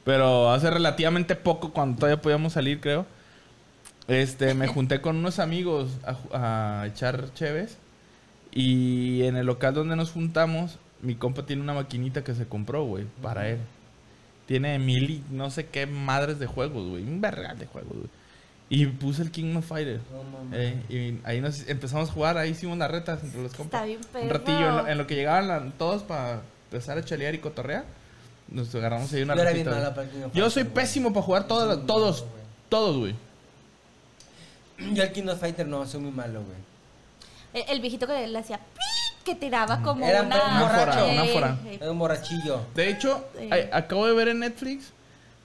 S1: Pero hace relativamente poco, cuando todavía podíamos salir, creo. Este, me junté con unos amigos a, ju- a echar cheves. Y en el local donde nos juntamos, mi compa tiene una maquinita que se compró, güey, para él. Tiene mil y no sé qué madres de juegos, güey. Un vergal de juegos, güey. Y puse el King of Fighter.
S5: No mames.
S1: Eh, y ahí nos empezamos a jugar, ahí hicimos las retas entre los compas.
S6: bien perro.
S1: Pues, ah, Un ratillo, en lo, en lo que llegaban la- todos para empezar a chalear y cotorrear, nos agarramos ahí una
S5: Yo era bien
S1: ratita, güey.
S5: mala para el King
S1: Yo
S5: of Fighter,
S1: soy
S5: güey.
S1: pésimo para jugar todas, las-
S5: muy
S1: todos,
S5: malo, güey.
S1: todos, güey.
S5: Yo al King of Fighter no, soy muy malo, güey.
S6: El, el viejito que le hacía pi, que tiraba como
S5: Era
S6: una.
S5: un borracho,
S1: una
S6: Eh,
S1: ánfora.
S6: eh,
S5: Era un borrachillo.
S1: De hecho,
S6: Sí.
S1: hay- acabo de ver en Netflix,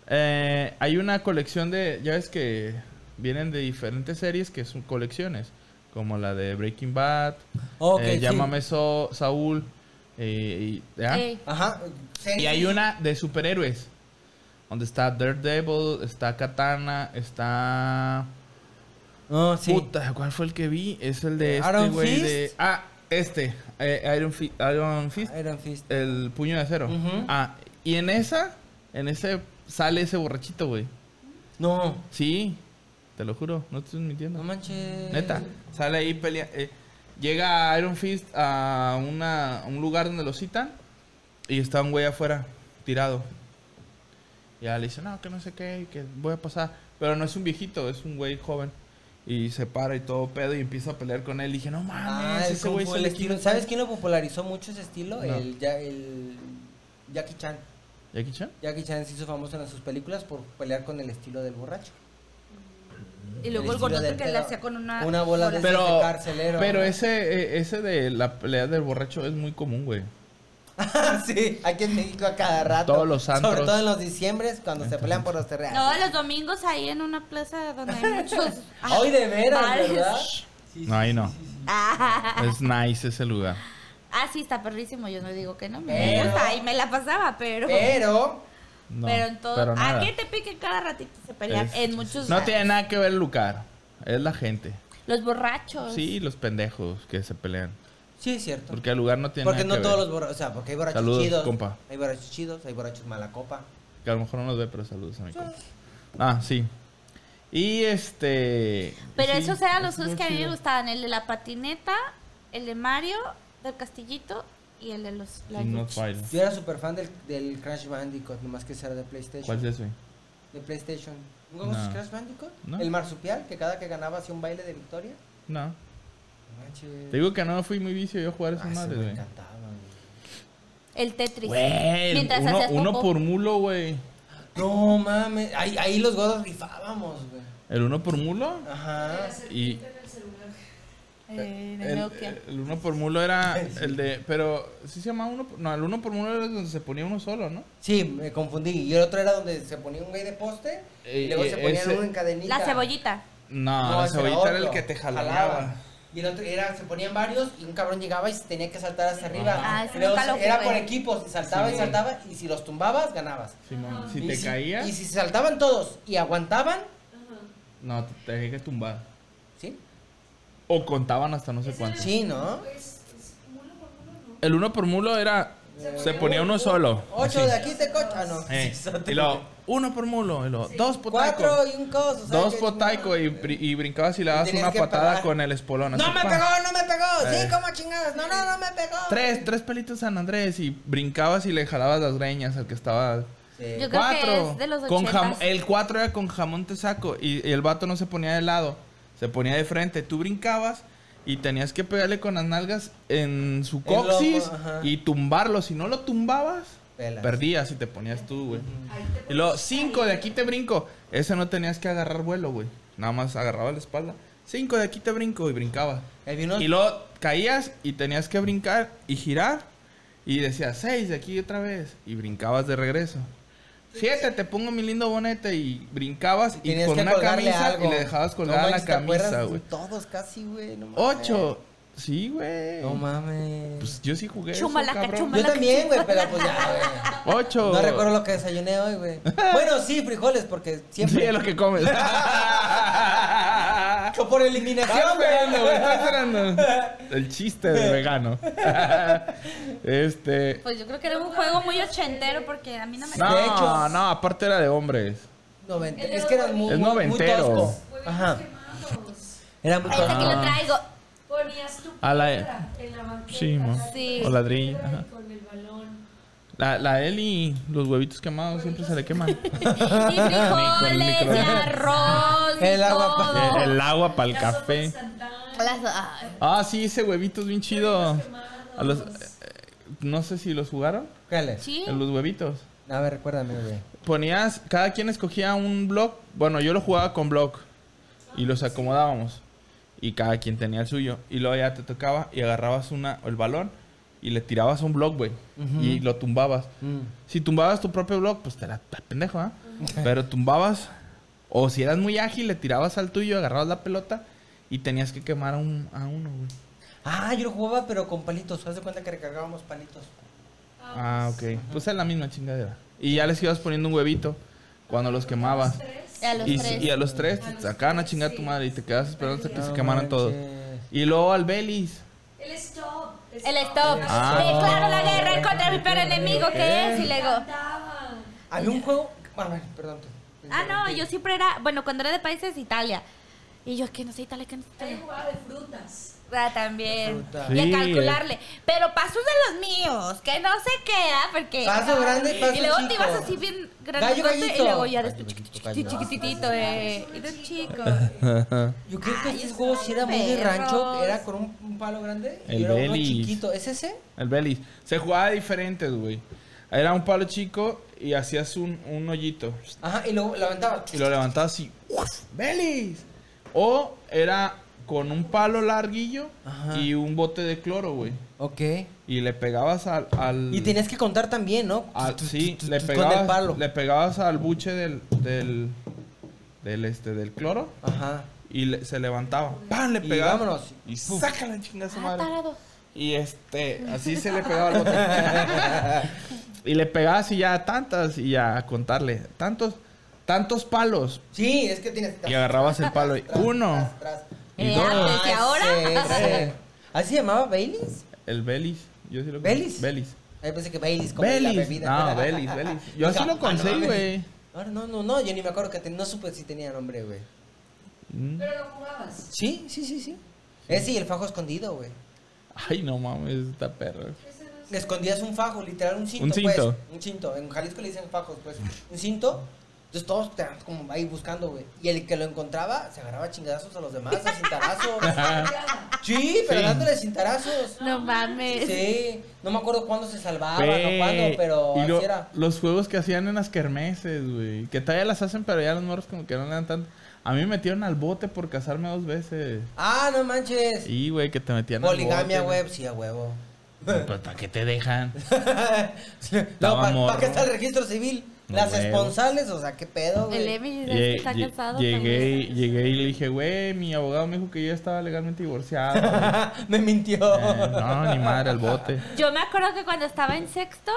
S1: eh, hay una colección de, ya ves que vienen de diferentes series que son colecciones, como la de Breaking Bad,
S5: Ok,
S1: eh,
S5: sí.
S1: Llámame So- Saúl, eh, y- ¿ya?
S6: eh,
S5: Ajá.
S1: Y hay una de superhéroes. Donde está Daredevil, está Katana, está.
S5: No, sí.
S1: Puta, ¿cuál fue el que vi? Es el de este
S5: Iron
S1: güey
S5: Fist.
S1: de. Ah, este. eh, Iron, Fi- Iron Fist.
S5: Iron Fist.
S1: El puño de acero.
S5: Ujú.
S1: Ah, y en esa. En ese sale ese borrachito, güey.
S5: No.
S1: Sí, te lo juro, no te estoy
S5: No
S1: mintiendo.
S5: manches.
S1: Neta, sale ahí pelea. eh, llega Iron Fist a, una, a un lugar donde lo citan y está un güey afuera, tirado. Ya le dice, no, que no sé qué, que voy a pasar. Pero no es un viejito, es un güey joven. Y se para y todo pedo y empieza a pelear con él. Y dije, no
S5: Ah,
S1: mames,
S5: el
S1: ese
S5: Kung
S1: güey
S5: Fu,
S1: se
S5: el
S1: le
S5: estilo.
S1: quiere.
S5: ¿Sabes quién lo popularizó mucho ese estilo?
S1: No.
S5: El, ya, el Jackie Chan.
S1: ¿Jackie Chan?
S5: Jackie Chan se hizo famoso en sus películas por pelear con el estilo del borracho.
S6: y luego el
S5: estilo
S6: gordo
S5: del
S6: que le
S5: pedo.
S6: hacía con una.
S5: Una bola de-
S1: Pero,
S5: de carcelero,
S1: pero
S5: ¿no?
S1: ese, eh, ese de la pelea del borracho es muy común, güey.
S5: sí, aquí en México a cada rato.
S1: Todos los antros.
S5: Sobre todo en los diciembres cuando se pelean por los terrenos.
S6: No, los domingos ahí en una plaza donde hay muchos.
S5: Hoy de veras,
S6: bares.
S5: ¿verdad?
S1: No, ahí no.
S6: Ah,
S1: Es nice ese lugar.
S6: ah, sí, está perrísimo. Yo no digo que no me
S5: Pero-
S6: gusta y me la pasaba, pero.
S5: Pero
S1: No,
S6: pero en todo.
S1: pero
S6: ¿A
S1: nada.
S6: qué te pique cada ratito se pelean?
S1: Es-
S6: en muchos.
S1: No
S6: bares.
S1: tiene nada que ver el lugar. Es la gente.
S6: Los borrachos.
S1: Sí, los pendejos que se pelean.
S5: sí es cierto.
S1: Porque el lugar no tiene
S5: Porque
S1: nada
S5: no
S1: que
S5: todos
S1: ver.
S5: los borrachos, o sea, porque hay borrachos
S1: Saludos,
S5: chidos,
S1: compa.
S5: hay borrachos chidos, hay borrachos mala copa.
S1: Que a lo mejor no nos ve, pero saludos a mi compa. Ah, sí. Y este.
S6: Pero
S1: sí,
S6: esos eran los
S1: es
S6: juegos
S1: muy
S6: que a mí me
S1: chido.
S6: gustaban: el de la patineta, el de Mario, del castillito y el de los. las
S1: King of
S6: luchas.
S1: Fire.
S5: Yo era súper fan del, del Crash Bandicoot, nomás que ese era de PlayStation.
S1: ¿Cuál es ese?
S5: De PlayStation. ¿No conoces
S1: No.
S5: Crash Bandicoot?
S1: No.
S5: El marsupial, que cada que ganaba hacía un baile de victoria.
S1: No.
S5: No manches.
S1: Te digo que no fui muy vicio yo a jugar a
S5: Ah,
S1: esa
S5: ese
S1: madre,
S5: me
S1: güey.
S5: encantaba, güey.
S6: El Tetris.
S1: Güey,
S6: Mientras
S1: uno,
S6: hacías
S1: uno
S6: popó.
S1: por mulo, güey.
S5: No mames, ahí, ahí los godos rifábamos, güey.
S1: El uno por mulo.
S5: Ajá.
S1: Y
S6: Eh, de
S1: el,
S6: Nokia.
S1: el uno por mulo era el de. Pero, ¿sí se llamaba uno? por- No, el uno por mulo era donde se ponía uno solo, ¿no?
S5: Sí, me confundí. Y el otro era donde se ponía un güey de poste
S1: Eh,
S5: y luego
S1: eh,
S5: se ponían
S1: ese-
S5: uno en cadenita.
S6: La cebollita.
S1: No,
S5: Ah, No,
S1: la
S5: ese era
S1: cebollita era el
S5: otro.
S1: que te jalaba.
S5: Y el otro era, se ponían varios y un cabrón llegaba y se tenía que saltar hasta arriba.
S6: Ah, ese
S5: Y luego
S6: nunca lo
S5: era
S6: jugué.
S5: por equipos, y saltaba y
S1: Sí.
S5: saltaba y si los tumbabas ganabas.
S1: Simón, si
S5: Y
S1: te caías,
S5: Y si se saltaban todos y aguantaban,
S1: no, te tenía que tumbar.
S5: ¿sí?
S1: O contaban hasta no sé cuánto.
S5: Sí, ¿no?
S7: Es, es mulo por mulo, no.
S1: el uno por mulo era. Se ponía uno solo.
S5: Ocho
S1: así.
S5: de aquí te cocha. Ah, no.
S1: Eh, y luego, uno por mulo. Y luego, dos potaico.
S5: Cuatro y un coso. ¿sabes
S1: Dos
S5: qué?
S1: potaico y, bri- y brincabas y le dabas
S5: tenías
S1: una
S5: que
S1: patada
S5: parar.
S1: con el espolón.
S5: No
S1: así,
S5: me
S1: pa.
S5: pegó, no me pegó.
S1: Eh.
S5: Sí, como chingadas. No, no, no me pegó.
S1: Tres, tres pelitos San Andrés y brincabas y le jalabas las greñas al que estaba.
S6: Yo creo que
S1: Cuatro.
S6: es de los
S1: con jam-
S6: ochentas.
S1: el cuatro era con jamón te saco y, y el vato no se ponía de lado, se ponía de frente. Tú brincabas y tenías que pegarle con las nalgas en su
S5: El lomo,
S1: coxis
S5: ajá.
S1: y tumbarlo. Si no lo tumbabas,
S5: Pelas.
S1: perdías y te ponías tú, güey. Y luego, cinco, de aquí te brinco. Ese no tenías que agarrar vuelo, güey. Nada más agarraba la espalda. Cinco, de aquí te brinco y brincaba.
S5: Ahí vi unos-
S1: Y luego caías y tenías que brincar y girar. Y decías, seis, de aquí otra vez. Y brincabas de regreso. Siete, te pongo mi lindo bonete y brincabas y,
S5: tenías
S1: con
S5: que
S1: una
S5: colgarle
S1: camisa
S5: algo.
S1: y le dejabas colgada
S5: No
S1: la
S5: manches, ¿te acuerdas
S1: camisa,
S5: de
S1: güey.
S5: Todos casi, güey. no mames.
S1: Ocho, sí, güey.
S5: No mames.
S1: Pues yo sí jugué. eso,
S6: Chumalaca,
S1: cabrón.
S6: chuma-
S5: Yo también, güey, pero pues ya, güey.
S1: Ocho.
S5: No recuerdo lo que desayuné hoy, güey. Bueno, sí, frijoles, porque
S1: Sí,
S5: siempre.
S1: es lo que comes.
S5: Yo Por eliminación, güey.
S1: El chiste de vegano. Este.
S6: Pues yo creo que era un juego muy ochentero porque a mí no me
S5: De hecho-
S1: No, no, aparte era de hombres.
S5: Noventa- Es que eran muy,
S1: Es
S5: muy, muy
S1: noventero.
S5: tosco. Ajá. Era muy
S6: Ahorita que
S5: tosco.
S6: lo traigo.
S7: Ponías tu
S1: A la-
S7: piedra en la E. banqueta.
S1: Sí, mo.
S6: Sí.
S1: O ladrillo. ajá.
S7: Con el balón.
S1: La, la Eli, los huevitos quemados siempre se le queman.
S6: Y frijoles,
S1: micro-
S6: y arroz, y
S5: El agua pa-
S6: todo.
S1: El, el agua para el café.
S6: Las- ay.
S1: Ah, sí, ese huevito es bien chido. A los, eh, no sé si los jugaron.
S5: Frijoles.
S6: Sí.
S1: eh, Los huevitos.
S5: A ver, recuérdame, güey.
S1: ponías, cada quien escogía un blog. Bueno, yo lo jugaba con blog y los acomodábamos. Y cada quien tenía el suyo. Y luego ya te tocaba y agarrabas una, el balón y le tirabas un blog, güey. Y lo tumbabas. Si tumbabas tu propio blog, pues te la, la pendejo, ¿ah? Pero tumbabas. O si eras muy ágil, le tirabas al tuyo, agarrabas la pelota y tenías que quemar a, un, a uno, güey.
S5: Ah, yo lo jugaba, pero con palitos. Haz de cuenta que recargábamos palitos.
S1: Ah, ok. Pues es la misma chingadera. Y ya les ibas poniendo un huevito cuando los quemabas.
S6: Y a los
S1: y,
S6: tres.
S1: y a los tres te sacaban a chingar a tu madre y te quedas esperando hasta que se
S5: No
S1: quemaran todos.
S5: manches.
S1: Y luego al Belis.
S7: El stop.
S6: El stop.
S1: Ah.
S6: Declaro la guerra contra mi peor enemigo que es y luego.
S7: Cantaban.
S5: Había un juego. Manuel, perdón. te- te
S6: Ah, no,
S5: interrumpí.
S6: yo siempre era, bueno, cuando era de países Italia. Y yo, que no sé Italia, que no sé
S7: Nadie
S6: Italia.
S7: jugaba de frutas.
S6: Ah, también.
S5: Fruta.
S6: Y
S1: Sí.
S6: a calcularle. Pero pasos de los míos, que no sé qué, ah, porque.
S5: Paso grande, paso
S6: Y luego te
S5: chico.
S6: ibas así bien
S5: Gallo,
S6: grandote y
S5: gallito.
S6: luego ya eres tú
S5: Gallo,
S6: chiqui-
S5: gallito,
S6: chiqui-
S5: gallo.
S6: chiquitito, eh. Y de chico.
S5: Yo creo que estos juegos sí era muy de
S6: perros.
S5: rancho, era con un, un palo grande y
S1: El
S5: era uno
S1: Belis.
S5: chiquito. ¿Es ese?
S1: El Belis. Se jugaba diferentes, güey. Era un palo chico y hacías un, un hoyito.
S5: Ajá, y luego lo aventaba.
S1: Y lo levantabas y. ¡uf! ¡Belis! O era con un palo larguillo
S5: Ajá.
S1: y un bote de cloro, güey.
S5: Ok.
S1: Y le pegabas al. al-
S5: Y tenías que contar también, ¿no?
S1: al-
S5: Tu- tu-
S1: Ah, sí,
S5: tu-
S1: le
S5: tu-
S1: pegabas,
S5: Con el palo.
S1: le pegabas al buche del, del, del, este, del cloro
S5: Ajá.
S1: y le- se levantaba. ¡Pam! Le
S5: Y
S1: pegaba.
S5: vámonos.
S1: Y
S5: Pum.
S1: sácala en chinga su
S6: Ah,
S1: madre.
S6: tarado.
S1: Y este, así se le pegaba al bote. y le pegabas y ya tantas y ya a contarle. Tantos, tantos palos.
S5: Sí, es que tienes.
S1: Y agarrabas el palo y uno.
S5: Atrás.
S1: Y
S6: Eh,
S1: dos.
S6: antes y ahora.
S5: Ese. ¿Así se llamaba Baileys?
S1: El Belis. Yo sí lo
S5: ¿Belis?
S1: Belis.
S5: Ahí pensé que Baileys como la
S1: Belis.
S5: bebida.
S1: No, Belis, Belis. Yo así
S5: Ah,
S1: lo
S5: no,
S1: conseguí,
S5: mames.
S1: güey.
S5: Ahora no, no, no, yo ni me acuerdo que ten- no supe si tenía nombre, güey.
S1: Mm.
S7: Pero lo jugabas.
S5: Sí, sí, sí, Eh, sí. Ese y el fajo escondido, güey.
S1: Ay, no mames, esta perra.
S5: Le escondías un fajo, literal, un cinto.
S1: Un cinto.
S5: Pues, un cinto. En Jalisco le dicen fajos, pues. Un cinto. Entonces todos te como ahí buscando, güey. Y el que lo encontraba se agarraba chingadazos a los demás, a cintarazos. sí, pero
S1: Sí.
S5: dándole cintarazos.
S6: No mames.
S5: Sí, no me acuerdo cuándo se salvaban o
S1: Güey,
S5: cuándo, pero
S1: y
S5: así
S1: lo-
S5: era.
S1: Los juegos que hacían en las kermeses, güey. Que todavía las hacen, pero ya los morros como que no le dan tanto. A mí me metieron al bote por casarme dos veces.
S5: Ah, no manches.
S1: Y, güey, que te metían
S5: Poligamia,
S1: al bote.
S5: güey. Sí, a huevo.
S1: güey. Pues, ¿para qué te dejan?
S5: no,
S1: Estaba
S5: ¿para
S1: morro.
S5: qué está el registro civil?
S1: No,
S5: Las
S1: huevo.
S5: esponsales, o sea, qué pedo,
S6: El
S5: güey.
S6: Emi dice que
S1: Lle-
S6: está
S1: lle-
S6: cansado.
S1: llegué, y- llegué y le dije, güey, mi abogado me dijo que yo estaba legalmente divorciado. güey.
S5: me mintió.
S1: Eh, no, ni madre, al bote.
S6: Yo me acuerdo que cuando estaba en sexto,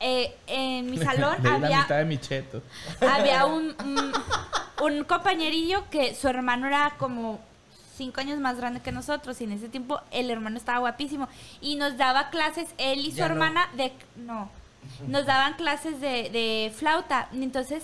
S6: eh, en mi salón
S1: Le di la
S6: había
S1: mitad de mi cheto.
S6: mm, había un, un, un compañerillo que su hermano era como cinco años más grande que nosotros y en ese tiempo el hermano estaba guapísimo y nos daba clases él y su
S5: Ya no.
S6: hermana de no nos daban clases de, de flauta entonces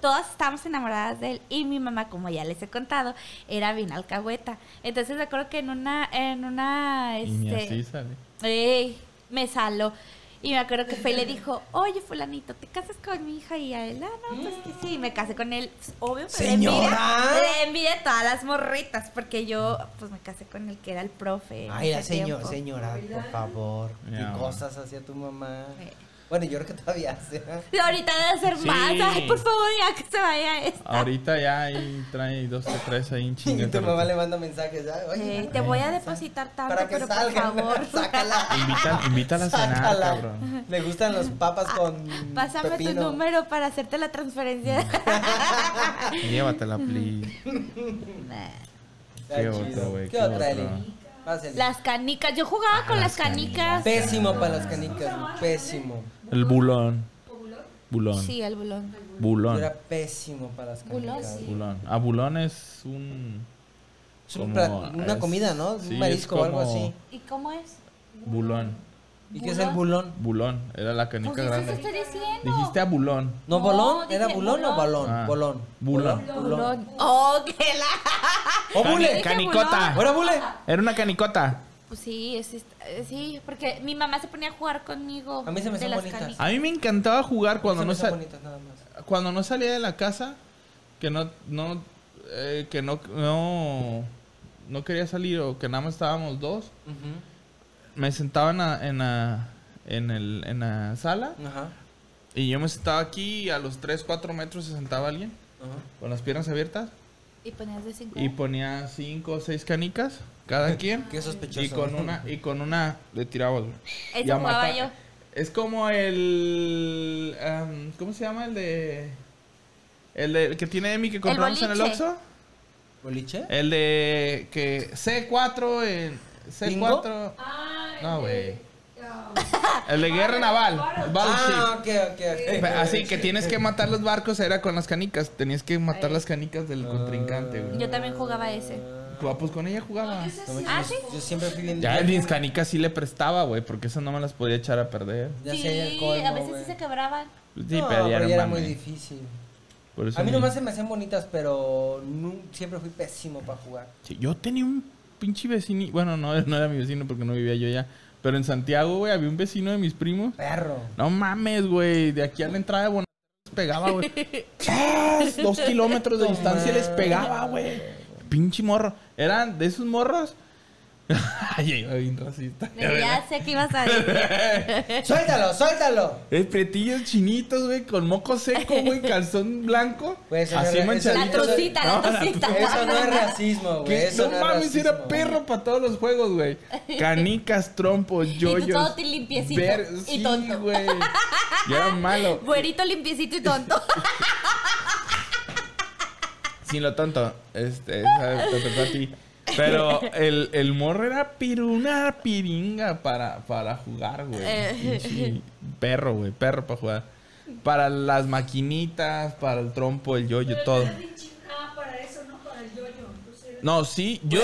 S6: todas estábamos enamoradas de él y mi mamá como ya les he contado era bien alcahueta entonces recuerdo que en una en una
S1: Y ni
S6: este,
S1: así sale.
S6: Ey, me saló. Y me acuerdo que fue y le dijo, oye, fulanito, ¿te casas con mi hija? Y a él, ah, no, pues que sí, me casé con él. Pues, obvio, pero le
S5: Señora.
S6: envidia- le envidia a todas las morritas, porque yo, pues, me casé con el que era el profe. en
S5: Ay, la
S6: ese
S5: señor,
S6: tiempo.
S5: señora, por favor.
S1: Mi
S5: ¿Qué
S1: amor.
S5: cosas hacía tu mamá?
S6: Eh.
S5: Bueno, yo creo que todavía hace.
S6: Y ahorita debe ser
S1: Sí.
S6: más. Ay, por favor, ya que se vaya este. esta.
S1: Ahorita ya ahí trae dos o tres ahí en
S5: Y
S1: chinga.
S5: tu mamá le manda mensajes, ¿sabes? Oye,
S6: Eh, te voy a depositar tanto,
S5: para que
S6: pero
S5: salga,
S6: por favor.
S5: sácala.
S1: Invita- invítala a cenar,
S5: Sácala.
S1: cabrón.
S5: Le gustan los papas con
S6: Ah, Pásame
S5: pepino.
S6: tu número para hacerte la transferencia.
S1: Llévatela, please.
S5: Está
S1: Qué
S5: chido.
S1: otra, güey,
S5: ¿Qué,
S1: qué
S5: otra,
S1: otra.
S5: Eli? Pásale.
S6: las canicas. Yo jugaba con Ah, las canicas.
S5: Pésimo
S1: Ah.
S5: para las canicas, güey, pésimo.
S1: El bulón. Bulón.
S6: Sí, el bulón.
S5: Yo
S1: Bulón.
S5: era pésimo para las canicas. güey.
S1: Bulón. Ah, bulón es un.
S5: Es un
S1: Como
S5: plat- una
S1: es-
S5: comida, ¿no?
S1: sí,
S5: un
S1: es
S5: marisco o algo
S1: como-
S5: así.
S6: ¿Y cómo es?
S1: Bulón.
S5: ¿Y qué es el bulón?
S1: Bulón. Era la canica
S6: Pues eso
S1: grande.
S6: estoy diciendo.
S1: Dijiste a bulón.
S5: ¿No,
S6: No,
S5: bolón?
S6: dije
S5: ¿Era bulón o
S6: bulón.
S5: balón?
S1: Ah.
S5: Bolón.
S1: Bulón.
S5: Bulón.
S6: Oh, que la.
S5: ¡O ¡Oh, bule!
S6: Ca-
S1: Canicota.
S5: ¡Fuera bule!
S1: Era una canicota.
S6: Pues sí, es- es- eh, sí, porque mi mamá se ponía a jugar conmigo.
S5: A mí se me
S6: de
S5: hacen
S6: las
S5: bonitas.
S6: canicas.
S1: A mí me encantaba jugar cuando
S5: Se
S1: no,
S5: me hizo
S1: sal-
S5: bonito, nada más.
S1: cuando no salía de la casa, que no, no, eh, que no, no, no quería salir o que nada más estábamos dos,
S5: Ujú,
S1: me sentaba en la, en la, en el, en la sala
S5: Ajá.
S1: y yo me sentaba aquí y a los 3, 4 metros se sentaba alguien
S5: ajá.
S1: con las piernas abiertas
S6: Y ponías de cinco.
S1: y ponía cinco o seis canicas cada quien
S5: Qué sospechoso.
S1: y con una, y con una le tiraba. güey.
S6: Eso
S1: Y a
S6: jugaba
S1: matar.
S6: yo.
S1: Es como el. am, ¿Cómo se llama el de.? El, de, el que tiene Emi que compramos en el
S6: boliche.
S1: Oxxo.
S5: ¿Boliche?
S1: El de. que C4 en.
S5: ¿Bingo?
S1: C4. No, güey. El de guerra naval. el battleship.
S5: Ah, ok, ok, ok.
S1: Así que tienes que matar los barcos, era con las canicas. Tenías que matar las canicas del contrincante, güey.
S6: Yo también jugaba ese.
S1: Ah, Pues con ella jugaba.
S5: No me-
S6: Ah,
S5: yo-
S6: ¿sí?
S5: Yo siempre fui bien.
S1: Ya mis canicas sí le prestaba, güey, porque esas no me las podía echar a perder.
S5: Ya
S6: sí,
S5: sé, ya el colmo,
S6: a veces
S5: güey.
S6: sí se quebraban.
S1: Sí,
S5: No,
S1: pero ya
S5: ya
S1: no
S5: era muy
S1: mames.
S5: difícil.
S1: Por eso
S5: A mí
S1: ni-
S5: nomás se me hacían bonitas, pero nun- siempre fui pésimo para jugar.
S1: Sí, yo tenía un pinche vecino. Bueno, no, no era mi vecino porque no vivía yo ya. Pero en Santiago, güey, había un vecino de mis primos.
S5: Perro.
S1: No mames, güey. De aquí a la entrada de Buenos Aires les pegaba, güey. ¡Chas! Dos kilómetros de distancia les pegaba, güey. Pinche morro. Eran de esos morros. Ay, iba bien racista.
S6: Ya sé que ibas a decir. Eh.
S5: ¡Suéltalo, suéltalo!
S1: Es Eh, pretillos chinitos, güey, con moco seco, güey, calzón blanco.
S5: Güey, señora,
S1: así
S5: eso-
S6: La
S1: manchadito.
S6: trucita, la
S1: No, la
S6: trucita.
S5: Eso no es racismo, güey.
S1: ¿Qué?
S5: Eso
S1: No
S5: es
S1: mames,
S5: racismo.
S1: era perro para todos los juegos, güey. Canicas, trompos,
S6: Y
S1: yoyos.
S6: tú todo limpiecito
S1: ver-
S6: y
S1: sí,
S6: tonto.
S1: güey. Yo era malo.
S6: Güerito limpiecito y tonto.
S1: Sin lo tonto. Este, esa te tocó a ti. Pero el, el morro era piru- una piringa para, para jugar, güey. Pinche Perro, güey, perro para jugar. Para las maquinitas, para el trompo, el yoyo, todo.
S7: Ah, para eso, no para el yoyo. Entonces,
S1: No, sí, yo,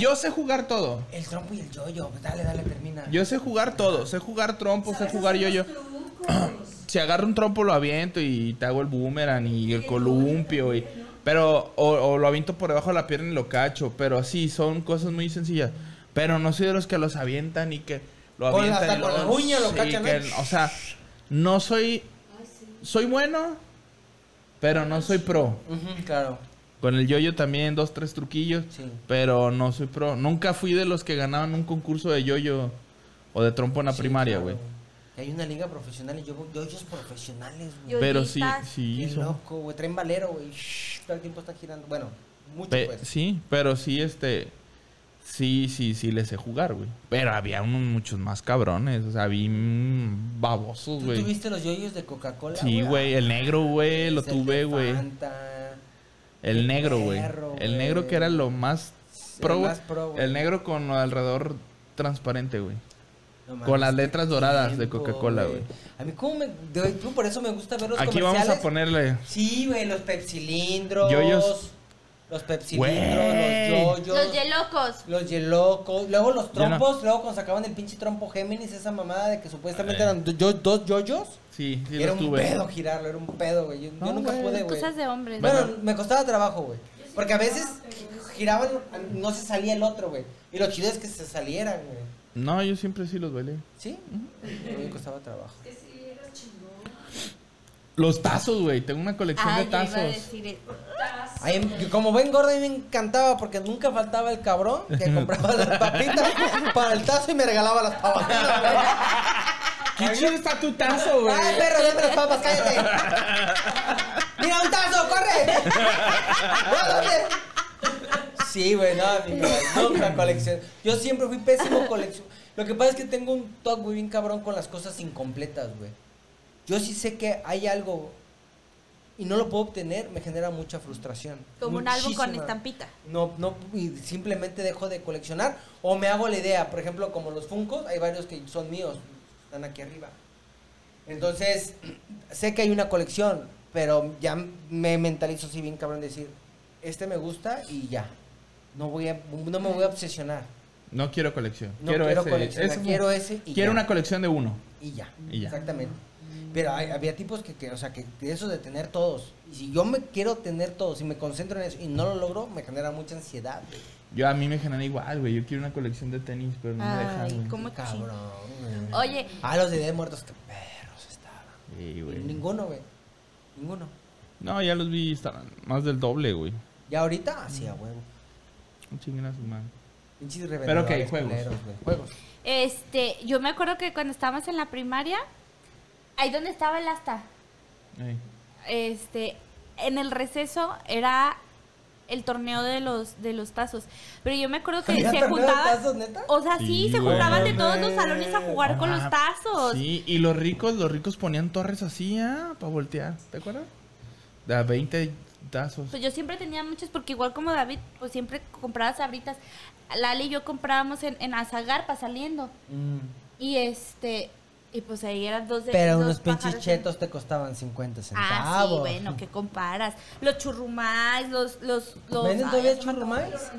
S1: yo sé jugar todo.
S5: El trompo y el yoyo. pues Dale, dale, termina.
S1: Yo sé jugar todo. Sé jugar trompo, sé jugar yoyo.
S7: trucos.
S1: si agarro un trompo lo aviento y te hago el boomerang y el columpio y pero o, o lo aviento por debajo de la pierna y lo cacho pero sí son cosas muy sencillas pero no soy de los que los avientan y que lo
S5: Con la-
S1: avientan
S5: hasta
S1: y
S5: con la uña lo
S1: sí,
S5: cachan, ¿eh?
S1: que-
S5: ¿no?
S1: o sea no soy soy bueno pero no soy pro
S5: Ujú, claro.
S1: con el yoyo también dos tres truquillos
S5: Sí.
S1: pero no soy pro nunca fui de los que ganaban un concurso de yoyo o de trompo en la
S5: Sí,
S1: primaria
S5: claro.
S1: güey
S5: Que Hay una liga profesional y yo yoyos profesionales, güey.
S6: Yo-
S1: pero sí
S6: Yoyistas.
S1: sí
S5: Qué
S1: son-
S5: loco, güey. Traen valero, güey. Shhh, Todo el tiempo está girando. Bueno, mucho,
S1: Pe-
S5: pues.
S1: Sí, pero sí, este. Sí, sí, sí, le sé jugar, güey. Pero había unos muchos más cabrones. O sea, vi mm, babosos,
S5: ¿Tú
S1: güey.
S5: tuviste los yoyos de Coca-Cola?
S1: Sí, güey. El negro, güey. Lo
S5: Es el de
S1: tuve, güey.
S5: Fanta.
S1: El negro, güey.
S5: perro,
S1: El
S5: güey.
S1: negro que era lo más
S5: El
S1: pro, güey.
S5: más pro, güey.
S1: El negro con alrededor transparente, güey.
S5: No mames,
S1: Con las
S5: qué
S1: letras doradas de
S5: tiempo,
S1: Coca-Cola, güey.
S5: A mí como me... de- tú, por eso me gusta ver los
S1: Aquí vamos
S5: comerciales.
S1: a ponerle.
S5: Sí, güey, los pepsilindros.
S1: Yoyos.
S5: los pepsilitros, los yoyos.
S6: Los yelocos.
S5: Los yelocos, luego los
S1: Yo no.
S5: trompos, luego cuando sacaban el pinche trompo Géminis, esa mamada de que supuestamente eran do- yo- dos yoyos.
S1: Sí, sí,
S5: era
S1: los
S5: un
S1: tuve.
S5: pedo girarlo, era un pedo, güey. Yo, yo
S1: No,
S5: nunca
S1: güey.
S5: pude, güey.
S6: Cosas de hombres.
S5: Bueno, me costaba trabajo, güey. Porque a veces giraban, no se salía el otro, güey. Y lo chido es que se salieran, güey.
S1: No, yo siempre sí los bailé.
S5: ¿Sí? A mí me costaba trabajo.
S1: Los tazos, güey. Tengo una colección
S6: Ay,
S1: de
S6: yo Ah, iba a
S1: tazos.
S6: decir eh, eso.
S5: Ahí, como buen gordo, a mí me encantaba porque nunca faltaba el cabrón que compraba las papitas para el tazo y me regalaba las papas.
S1: ¿Qué chido está tu tazo, güey?
S5: ¡Ay, perro, dame las papas, cállate! ¡Mira, un tazo, corre! ¡Ah, ¿Dónde? Sí, güey, no, amigo, nunca colección. Yo siempre fui pésimo colección. Lo que pasa es que tengo un toque muy bien cabrón con las cosas incompletas, güey. Yo sí sé que hay algo y no lo puedo obtener, me genera mucha frustración.
S6: Como un álbum con
S5: Muchísima.
S6: estampita.
S5: No, no, y simplemente dejo de coleccionar o me hago la idea. Por ejemplo, como los Funkos, hay varios que son míos, están aquí arriba. Entonces, sé que hay una colección, pero ya me mentalizo así bien cabrón decir, este me gusta y ya. No voy a, no me voy a obsesionar.
S1: No quiero colección.
S5: No
S1: quiero,
S5: quiero
S1: ese.
S5: coleccionar,
S1: ese-
S5: quiero ese y
S1: quiero
S5: ya.
S1: una colección de uno.
S5: Y ya.
S1: Y ya.
S5: Exactamente. Pero hay- había tipos que, que, o sea, que de eso de tener todos. Y si yo me quiero tener todos y me concentro en eso y no lo logro, me genera mucha ansiedad. güey.
S1: Yo a mí me genera igual, güey. Yo quiero una colección de tenis, pero no me dejan.
S6: Ay,
S1: güey.
S6: cómo
S5: Cabrón. güey.
S6: Oye,
S5: Ah, los de Día de Muertos, que perros estaban.
S1: Sí, güey.
S5: Ninguno, güey. Ninguno.
S1: No, ya los vi, estaban más del doble, güey.
S5: Ya ahorita, así a huevo.
S1: Un chinguen a su madre.
S5: Pinches
S1: Pero ok,
S5: revendedores,
S1: juegos.
S5: culeros, güey.
S1: Juegos.
S6: este, yo me acuerdo que cuando estábamos en la primaria, ahí donde estaba el asta,
S1: Ey.
S6: este, en el receso era el torneo de los de los tazos. Pero yo me acuerdo que
S5: ¿Había
S6: se
S5: torneo de
S6: juntaban,
S5: tazos, neta?
S6: o sea, sí,
S1: Sí,
S6: se
S1: güey.
S6: juntaban de todos los
S5: Mames.
S6: salones a jugar con los
S1: Ah,
S6: tazos.
S1: Sí, y los ricos, los ricos ponían torres así, ¿ah? Para voltear, ¿te acuerdas? De a 20 tazos.
S6: Pues yo siempre tenía muchos porque igual como David, pues siempre compraba sabritas. Lali y yo comprábamos en, en Azagarpa saliendo.
S5: Mm.
S6: Y este, y pues ahí eran dos de
S5: Pero
S6: dos
S5: unos pinches
S6: pájaros en-
S5: chetos te costaban 50 centavos.
S6: Ah, sí, bueno, que comparas. Los churrumais, los, los, los.
S5: ¿Venden
S6: ay,
S5: todavía
S6: no me acuerdo.
S5: churrumais?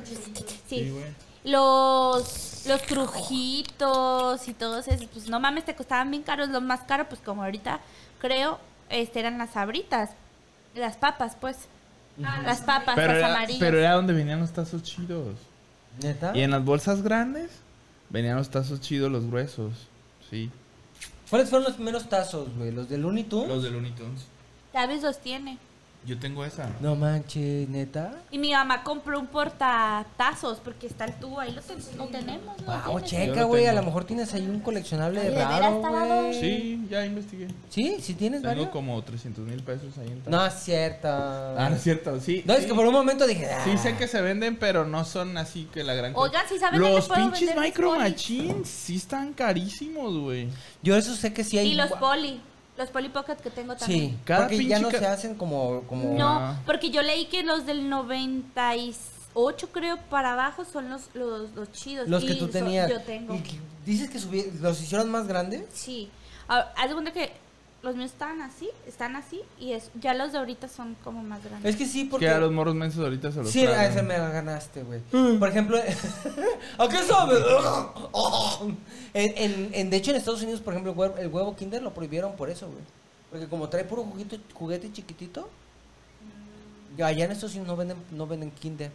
S1: Sí,
S6: Sí.
S1: güey.
S6: Los, los trujitos y todos esos, pues no mames, te costaban bien caros. Lo más caro, pues como ahorita creo, este eran las sabritas, las papas, pues. las papas,
S1: Ah, Pero
S6: las
S1: era,
S6: amarillas.
S1: pero era donde venían los tazos chidos.
S5: ¿Neta?
S1: Y en las bolsas grandes venían los tazos chidos, los gruesos. Sí.
S5: ¿Cuáles fueron los primeros tazos, güey? ¿Los de Looney Tunes?
S1: de Looney Tunes.
S6: David los tiene.
S1: Yo tengo esa.
S5: No manches, ¿neta?
S6: Y mi mamá compró un portatazos porque está el tubo, ahí lo, ten- lo tenemos. ¿no?
S5: Wow,
S6: Tienes.
S5: checa,
S1: lo
S5: güey, a
S1: tengo.
S5: lo mejor tienes ahí un coleccionable
S6: Oye, de veras,
S5: raro,
S6: estaba
S5: güey.
S1: Sí, ya investigué.
S5: ¿Sí? ¿Sí tienes varios?
S1: Tengo como 300 mil pesos ahí en tazos.
S5: No es cierto.
S1: Ah, no es cierto, sí.
S5: No, es
S1: sí.
S5: que por un momento dije... ah.
S1: Sí, sé que se venden, pero no son así que la gran
S6: Oigan, si saben dónde
S1: Los
S6: puedo
S1: pinches
S6: vender mis
S1: Micro
S6: polis.
S1: Machines sí están carísimos, güey.
S5: Yo eso sé que sí hay...
S6: Y los
S5: gua-
S6: poli, los poli pocket que tengo también.
S5: Sí,
S1: Cada
S5: porque ya
S1: pinche
S5: no
S1: ca-
S5: se hacen como... como...
S6: No,
S1: Ah.
S6: porque yo leí que los del 98 creo para abajo son los, los, los chidos.
S5: Los que
S6: Y
S5: tú
S6: so-
S5: tenías.
S6: yo tengo.
S5: Y que- dices que subi- los hicieron más grandes.
S6: Sí. Ah, Haz de cuenta que los míos están así, están así y es, ya los de ahorita son como más grandes.
S5: Es que sí, porque...
S1: Que a los morros mensos ahorita se los
S5: Sí, a
S1: tragan.
S5: ese me la ganaste, güey.
S1: Mm.
S5: Por ejemplo, ¿a qué sabe? en, en- en- de hecho, en Estados Unidos, por ejemplo, el huevo, el huevo Kinder lo prohibieron por eso, güey. Porque como trae puro juguito, juguete chiquitito, allá en Estados Unidos no venden, no venden Kinder.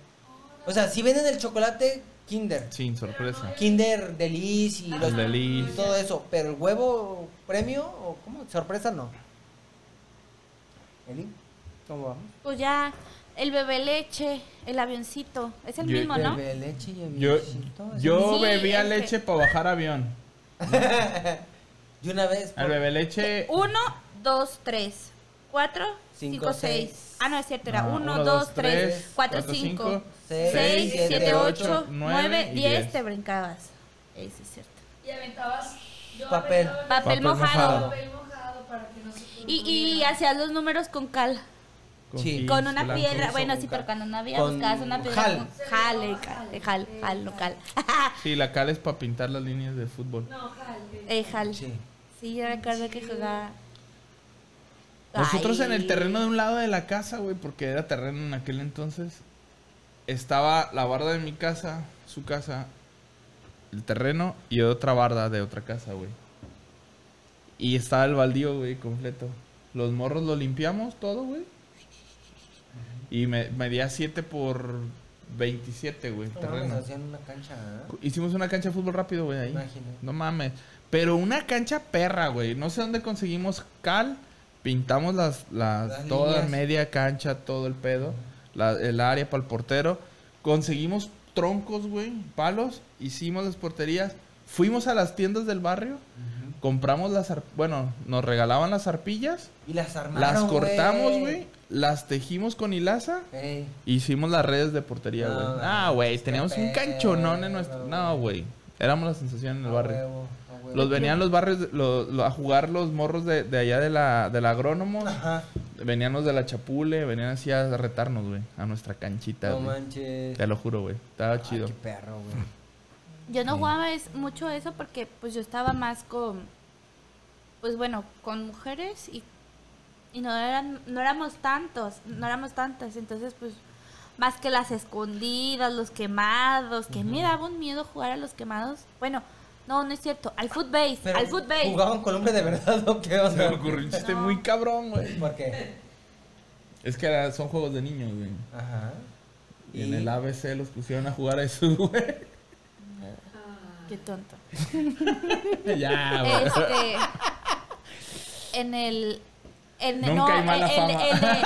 S5: O sea, sí venden el chocolate Kinder.
S1: Sin sorpresa.
S5: Kinder Delice y los-
S1: El Delice.
S5: y todo eso, pero el huevo premio o cómo sorpresa no. Eli, ¿cómo vamos?
S6: Pues ya el bebé leche, el avioncito, es el
S1: Yo-
S6: mismo, ¿no?
S5: Bebe leche y
S1: Yo,
S5: avioncito, es
S1: yo
S6: Sí,
S1: bebía
S6: es que-
S1: leche para bajar avión.
S5: Y una vez.
S1: Al bebé leche.
S6: 1, 2, 3, 4,
S5: Cinco,
S6: 5, 6.
S5: seis.
S6: Ah, no, es cierto, era
S1: Ah,
S6: 1,
S1: uno, dos,
S6: 2,
S1: tres,
S6: 3, 4,
S1: cuatro, cinco,
S6: 5,
S5: seis,
S6: 6,
S5: siete,
S6: 7,
S5: ocho,
S6: 8,
S1: nueve
S6: 9,
S1: y diez.
S6: 10. Te brincabas. Eso es cierto.
S7: Y aventabas yo
S5: Papel.
S7: aventaba
S6: Papel
S1: Papel
S6: mojado.
S1: mojado.
S7: papel mojado para que no se
S6: Y, y hacías los números con cal.
S5: Sí.
S1: gis
S6: Con una
S1: blanco.
S6: piedra.
S5: eso,
S6: Bueno,
S5: con
S6: sí, pero
S5: cal.
S6: cuando no había,
S5: Con
S6: buscabas una piedra.
S5: jal.
S6: con- eh, Jale, jale, jale, jale, no cal.
S1: Sí, la cal es para pintar las líneas de fútbol.
S6: Eh, jal.
S5: Sí.
S6: Sí, yo recuerdo que jugaba.
S1: Nosotros en
S6: Ay.
S1: el terreno de un lado de la casa, güey, porque era terreno en aquel entonces. estaba la barda de mi casa, su casa, el terreno y otra barda de otra casa, güey. Y estaba el baldío, güey, completo. Los morros lo limpiamos todo, güey. Y me, medía 7 por 27, güey, el terreno.
S5: hacían una cancha. ¿eh?
S1: Hicimos una cancha de fútbol rápido, güey, ahí.
S5: Imagino.
S1: No mames. Pero una cancha perra, güey. No sé dónde conseguimos cal. Pintamos las, las,
S5: Las
S1: toda
S5: líneas.
S1: media cancha, todo el pedo. La- el área para el portero. Conseguimos troncos, güey, palos. Hicimos las porterías. Fuimos a las tiendas del barrio. Compramos las... ar- Bueno, nos regalaban las arpillas.
S5: Y las armaron.
S1: las cortamos,
S5: güey.
S1: güey. Las tejimos con hilaza.
S5: Ey,
S1: Hicimos las redes de portería,
S5: No,
S1: güey.
S5: no, pues
S1: ah, güey, teníamos un
S5: pedo,
S1: canchonón en nuestro... No, güey. Éramos la sensación en el
S5: a
S1: barrio.
S5: huevo, a huevo.
S1: Los venían los barrios lo- lo- a jugar los morros de, de allá de la, del agrónomo.
S5: Ajá.
S1: Venían los de la chapule, venían así a retarnos, güey, a nuestra canchita,
S5: No
S1: güey.
S5: manches.
S1: Te lo juro, güey. Estaba
S5: Ay,
S1: chido.
S5: qué perro, güey.
S6: Yo no jugaba es- mucho eso porque pues yo estaba más con, pues bueno, con mujeres y, y no eran, no éramos tantos, no éramos tantas, entonces pues más que las escondidas, los quemados, que me daba un miedo jugar a los quemados. Bueno, no, no es cierto, al footbase,
S5: Pero,
S6: al footbase.
S5: ¿Jugaban con hombre de verdad o qué? O
S1: Se
S5: sea,
S1: me ocurrió un chiste
S6: No.
S1: muy cabrón, güey.
S5: ¿Por qué?
S1: Es que era- son juegos de niños, güey.
S5: Ajá.
S1: Y en el ABC los pusieron a jugar a eso, güey.
S6: Qué tonto.
S1: ya, güey.
S6: Este, en el, en,
S1: Nunca
S6: no,
S1: hay mala
S6: el, el-
S1: fama.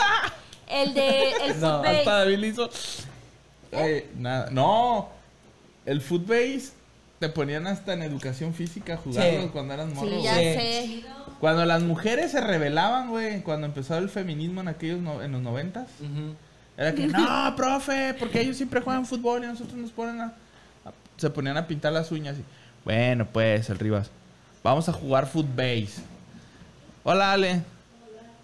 S6: el de, el de, el
S1: No,
S6: footbase.
S1: hasta David le hizo. Ay, nada. No. El footbase te ponían hasta en educación física a jugarlos
S5: Sí.
S1: cuando eras morro,
S6: Sí,
S1: güey.
S6: ya
S5: Sí.
S6: sé.
S1: Cuando las mujeres se rebelaban, güey, cuando empezó el feminismo en aquellos no- en los noventas,
S5: Ujú.
S1: era que no, profe, porque ellos siempre juegan fútbol y nosotros nos ponen a, a- se ponían a pintar las uñas y bueno, pues, el Rivas, vamos a jugar footbase. Hola, Ale.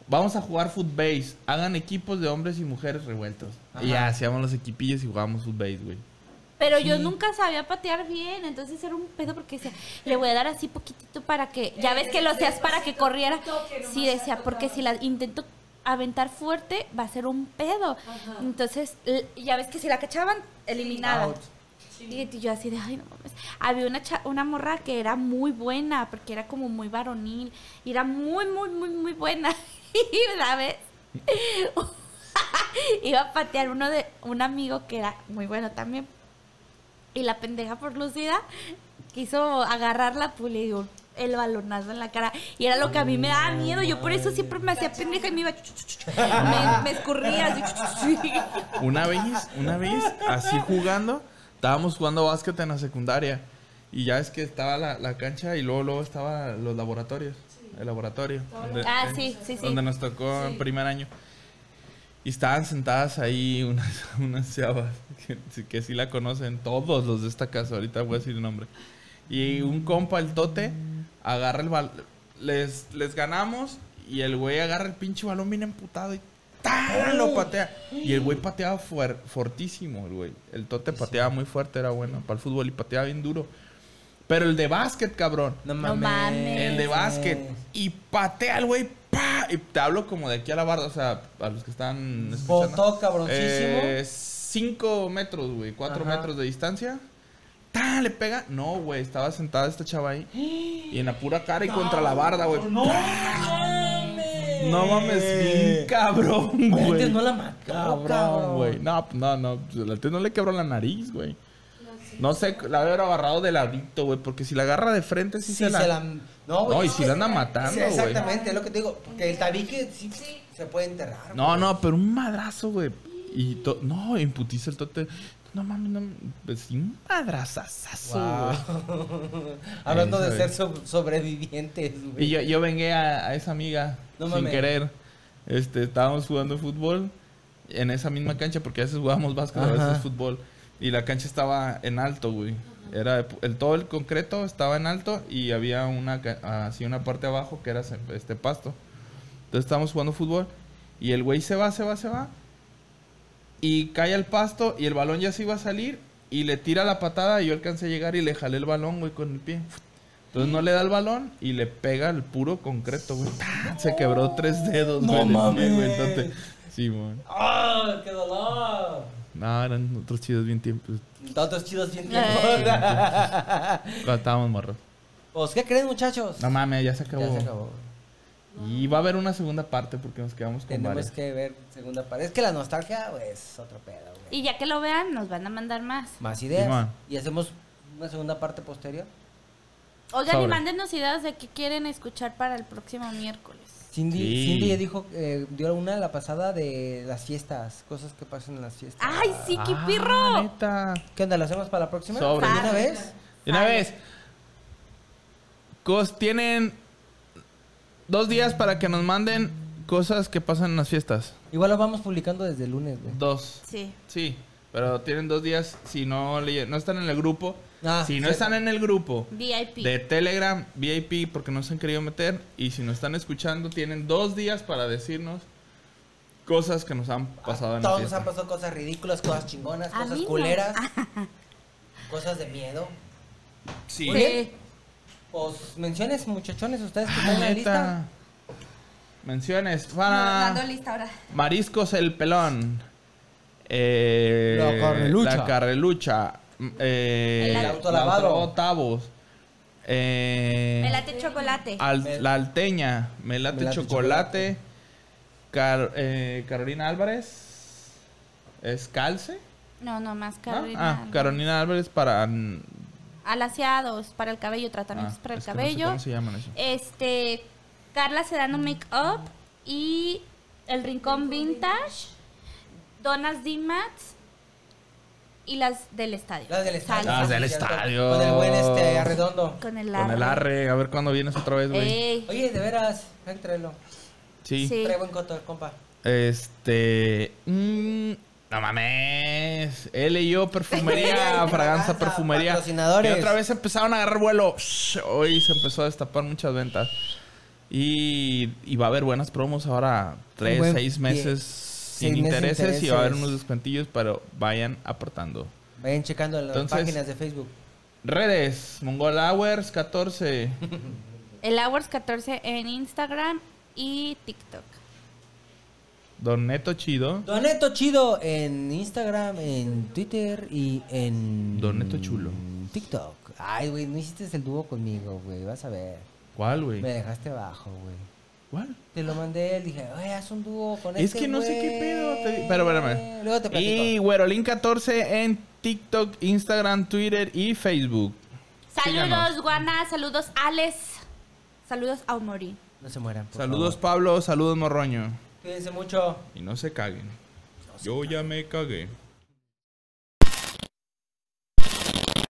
S1: Vamos a jugar footbase. Hagan equipos de hombres y mujeres revueltos. Y ya hacíamos los equipillos y jugábamos footbase, güey.
S6: Pero yo nunca sabía patear bien, entonces era un pedo porque decía, le voy a dar así poquitito para que, ya ves que lo hacías para que corriera. Sí, decía, porque si la intento aventar fuerte va a ser un pedo. Entonces, l- ya ves que si la cachaban, eliminada.
S5: Out.
S6: Y yo así de, ay, no mames. Había una, cha- una morra que era muy buena, porque era como muy varonil, y era muy, muy, muy, muy buena. Y una vez iba a patear uno de un amigo que era muy bueno también. Y la pendeja por lucida quiso agarrar la pula y dio el balonazo en la cara. Y era lo que a mí me daba miedo. Yo por eso siempre me hacía pendeja y me iba. chu, chu, chu, chu. Me, me escurría. así, chu, chu, chu.
S1: Una vez, una vez, así jugando, estábamos jugando básquet en la secundaria. Y ya es que estaba la, la cancha y luego, luego estaba los laboratorios. El laboratorio. donde-
S6: Ah,
S1: eh,
S6: sí, sí, sí.
S1: Donde nos tocó en primer año. Y estaban sentadas ahí unas, unas chavas que, que sí la conocen, todos los de esta casa, ahorita voy a decir el nombre. Y un compa, el tote, agarra el balón, les, les ganamos y el güey agarra el pinche balón bien emputado y ¡tan! lo patea. Y el güey pateaba fuer- fortísimo, el güey. El tote pateaba muy fuerte, era bueno para el fútbol y pateaba bien duro. Pero el de básquet, cabrón.
S5: No
S6: No
S5: mames.
S6: mames.
S1: El de básquet. Y patea al güey. ¡pa! Y te hablo como de aquí a la barra. O sea, a los que están. escuchando.
S5: Botó cabroncísimo.
S1: Eh, cinco metros, güey. Cuatro
S5: Ajá.
S1: metros de distancia. ¡Tan! Le pega. No, güey. Estaba sentada esta chava ahí. Y en la pura cara y contra la barda, güey. No mames. No mames. Bien cabrón,
S5: Antes
S1: güey.
S5: no la mató,
S1: Cabrón, güey. No, no, no. pues, La tía no le quebró la nariz, güey. No sé, la había agarrado de ladito, güey. Porque si la agarra de frente, sí,
S5: Sí, se la... No, güey.
S1: No, y
S5: es
S1: si
S5: que-
S1: la anda
S5: Sí,
S1: matando, güey.
S5: exactamente, es lo que te digo. Que el tabique sí, se puede enterrar.
S1: No, no, pero un madrazo, güey. Y to- no, imputiza el tote. No mames, no. Pues sí, un madrazazazo,
S5: Wow.
S1: güey.
S5: Hablando de
S1: Eso,
S5: ser
S1: güey.
S5: so- sobrevivientes, güey.
S1: Y yo, yo vengué a, a esa amiga
S5: No
S1: sin
S5: mames.
S1: querer. Este, estábamos jugando fútbol en esa misma cancha porque a veces jugábamos básquet, a
S5: Ajá.
S1: veces fútbol. Y la cancha estaba en alto, güey. Era de pu- el todo el concreto estaba en alto y había una ca- así una parte abajo que era se- este pasto. Entonces estábamos jugando fútbol y el güey se va, se va, se va y cae al pasto y el balón ya se iba a salir y le tira la patada y yo alcancé a llegar y le jalé el balón, güey, con el pie. Entonces no le da el balón y le pega el puro concreto, güey. ¡Tan! Se quebró tres dedos,
S5: No
S1: güey, del pie,
S5: mames.
S1: güey, entonces- sí, güey.
S5: ¡Ah, qué dolor!
S1: No, No, eran otros chidos bien tiempos.
S5: Todos chidos bien
S6: Ay.
S1: Cuando estábamos morros.
S5: Pues, ¿qué creen, muchachos?
S1: No mames, ya se acabó.
S5: Ya se acabó.
S1: Y va a haber una segunda parte porque nos quedamos con
S5: Tenemos
S1: varias.
S5: que ver segunda parte. Es que la nostalgia, güey, es otro pedo, güey.
S6: Y ya que lo vean, nos van a mandar más.
S5: Más ideas.
S1: Simón.
S5: Y hacemos una segunda parte posterior.
S6: Oigan, y
S1: Sobre.
S6: mándenos ideas de qué quieren escuchar para el próximo miércoles.
S5: Cindy,
S1: Sí.
S5: Cindy dijo, eh, dio una la pasada de las fiestas, cosas que pasan en las fiestas.
S6: ¡Ay, sí, qué
S1: Ah,
S6: pirro!
S1: neta.
S5: ¿Qué onda? ¿Lo hacemos para la próxima?
S1: Sobre.
S5: ¿De ¿Una vez?
S1: De una vez. Cos tienen dos días para que nos manden cosas que pasan en las fiestas.
S5: Igual lo vamos publicando desde el lunes, güey.
S1: Dos.
S6: Sí.
S1: Sí, pero tienen dos días. Si no, le- no están en el grupo,
S5: Ah,
S1: si no
S5: cierto.
S1: están en el grupo
S6: VIP.
S1: de Telegram, VIP, porque no se han querido meter, y si nos están escuchando, tienen dos días para decirnos cosas que nos han pasado en la
S5: Todos nos han
S1: fiesta.
S5: pasado cosas ridículas, cosas chingonas,
S6: A
S5: cosas
S6: mí no.
S5: culeras, cosas de miedo.
S1: Sí.
S5: Muy bien.
S6: eh,
S5: Pues menciones, muchachones, ustedes que
S1: Ah,
S5: están en la lista.
S1: neta. Menciones
S6: Dando
S1: para
S6: lista ahora.
S1: Mariscos el Pelón. Eh,
S5: La Carrelucha.
S1: La Carrelucha. mm, eh,
S6: El
S1: la
S5: auto lavado.
S1: otra Tavos. Eh, Ah.
S6: Me late chocolate.
S1: Al-
S5: Mel-
S1: la Alteña, Melate
S5: Melate
S1: Chocolate, Car- eh, Carolina Álvarez, Escalce,
S6: No, no, más
S1: ¿no?
S6: Carolina.
S1: Ah, Carolina Álvarez para... mm,
S6: Alaciados para el cabello, tratamientos
S1: ah,
S6: para el
S1: es que no sé
S6: cabello.
S1: ¿Cómo se llaman eso?
S6: Este, Carla Sedano Make Up y El Rincón Vintage, Donas Dimats y las del estadio.
S5: Las del estadio.
S6: Salsa.
S1: Las del
S5: Sí, cierto.
S1: estadio.
S5: Con el buen este arredondo.
S6: Con el
S1: Con el arre, a ver cuándo vienes otra vez, güey.
S6: Ey,
S5: Oye, de veras, entrelo.
S1: sí.
S6: Eh, sí.
S5: Trae buen coto, compa.
S1: Este... mm, no mames. Él y yo, perfumería,
S5: Fragancia,
S1: fragancia, perfumería.
S5: patrocinadores.
S1: Que otra vez empezaron a agarrar vuelo. Shh, Hoy se empezó a destapar muchas ventas. Y, y va a haber buenas promos ahora. Tres,
S5: Un buen
S1: seis
S5: pie-
S1: meses
S5: seis
S1: sin
S5: meses
S1: intereses, Y va a haber
S5: intereses.
S1: unos descuentillos, pero vayan aportando.
S5: Vayan checando las
S1: Entonces-
S5: páginas de Facebook.
S1: Redes, Mongol Hours 14.
S6: el Hours 14 en Instagram y TikTok.
S1: Don Neto Chido.
S5: Doneto Chido en Instagram, en Twitter y en...
S1: Don Neto Chulo.
S5: TikTok. Ay, güey, no hiciste el dúo conmigo, güey. Vas a ver.
S1: ¿Cuál, güey?
S5: Me dejaste abajo, güey.
S1: ¿Cuál?
S5: Te lo mandé, le dije, oye, haz un dúo con
S1: Es
S5: este
S1: que no sé qué
S5: güey".
S1: pedo. te- Pero, espérame.
S5: Luego te platico.
S1: Y Güerolín14 en TikTok, Instagram, Twitter y Facebook.
S6: Saludos,
S1: Síganos.
S6: Guana. Saludos, Alex. Saludos, Aumorín.
S5: No se mueran, por
S1: Saludos,
S5: favor.
S1: Pablo. Saludos, Morroño.
S5: Cuídense mucho.
S1: Y no se caguen. Yo ya me cagué.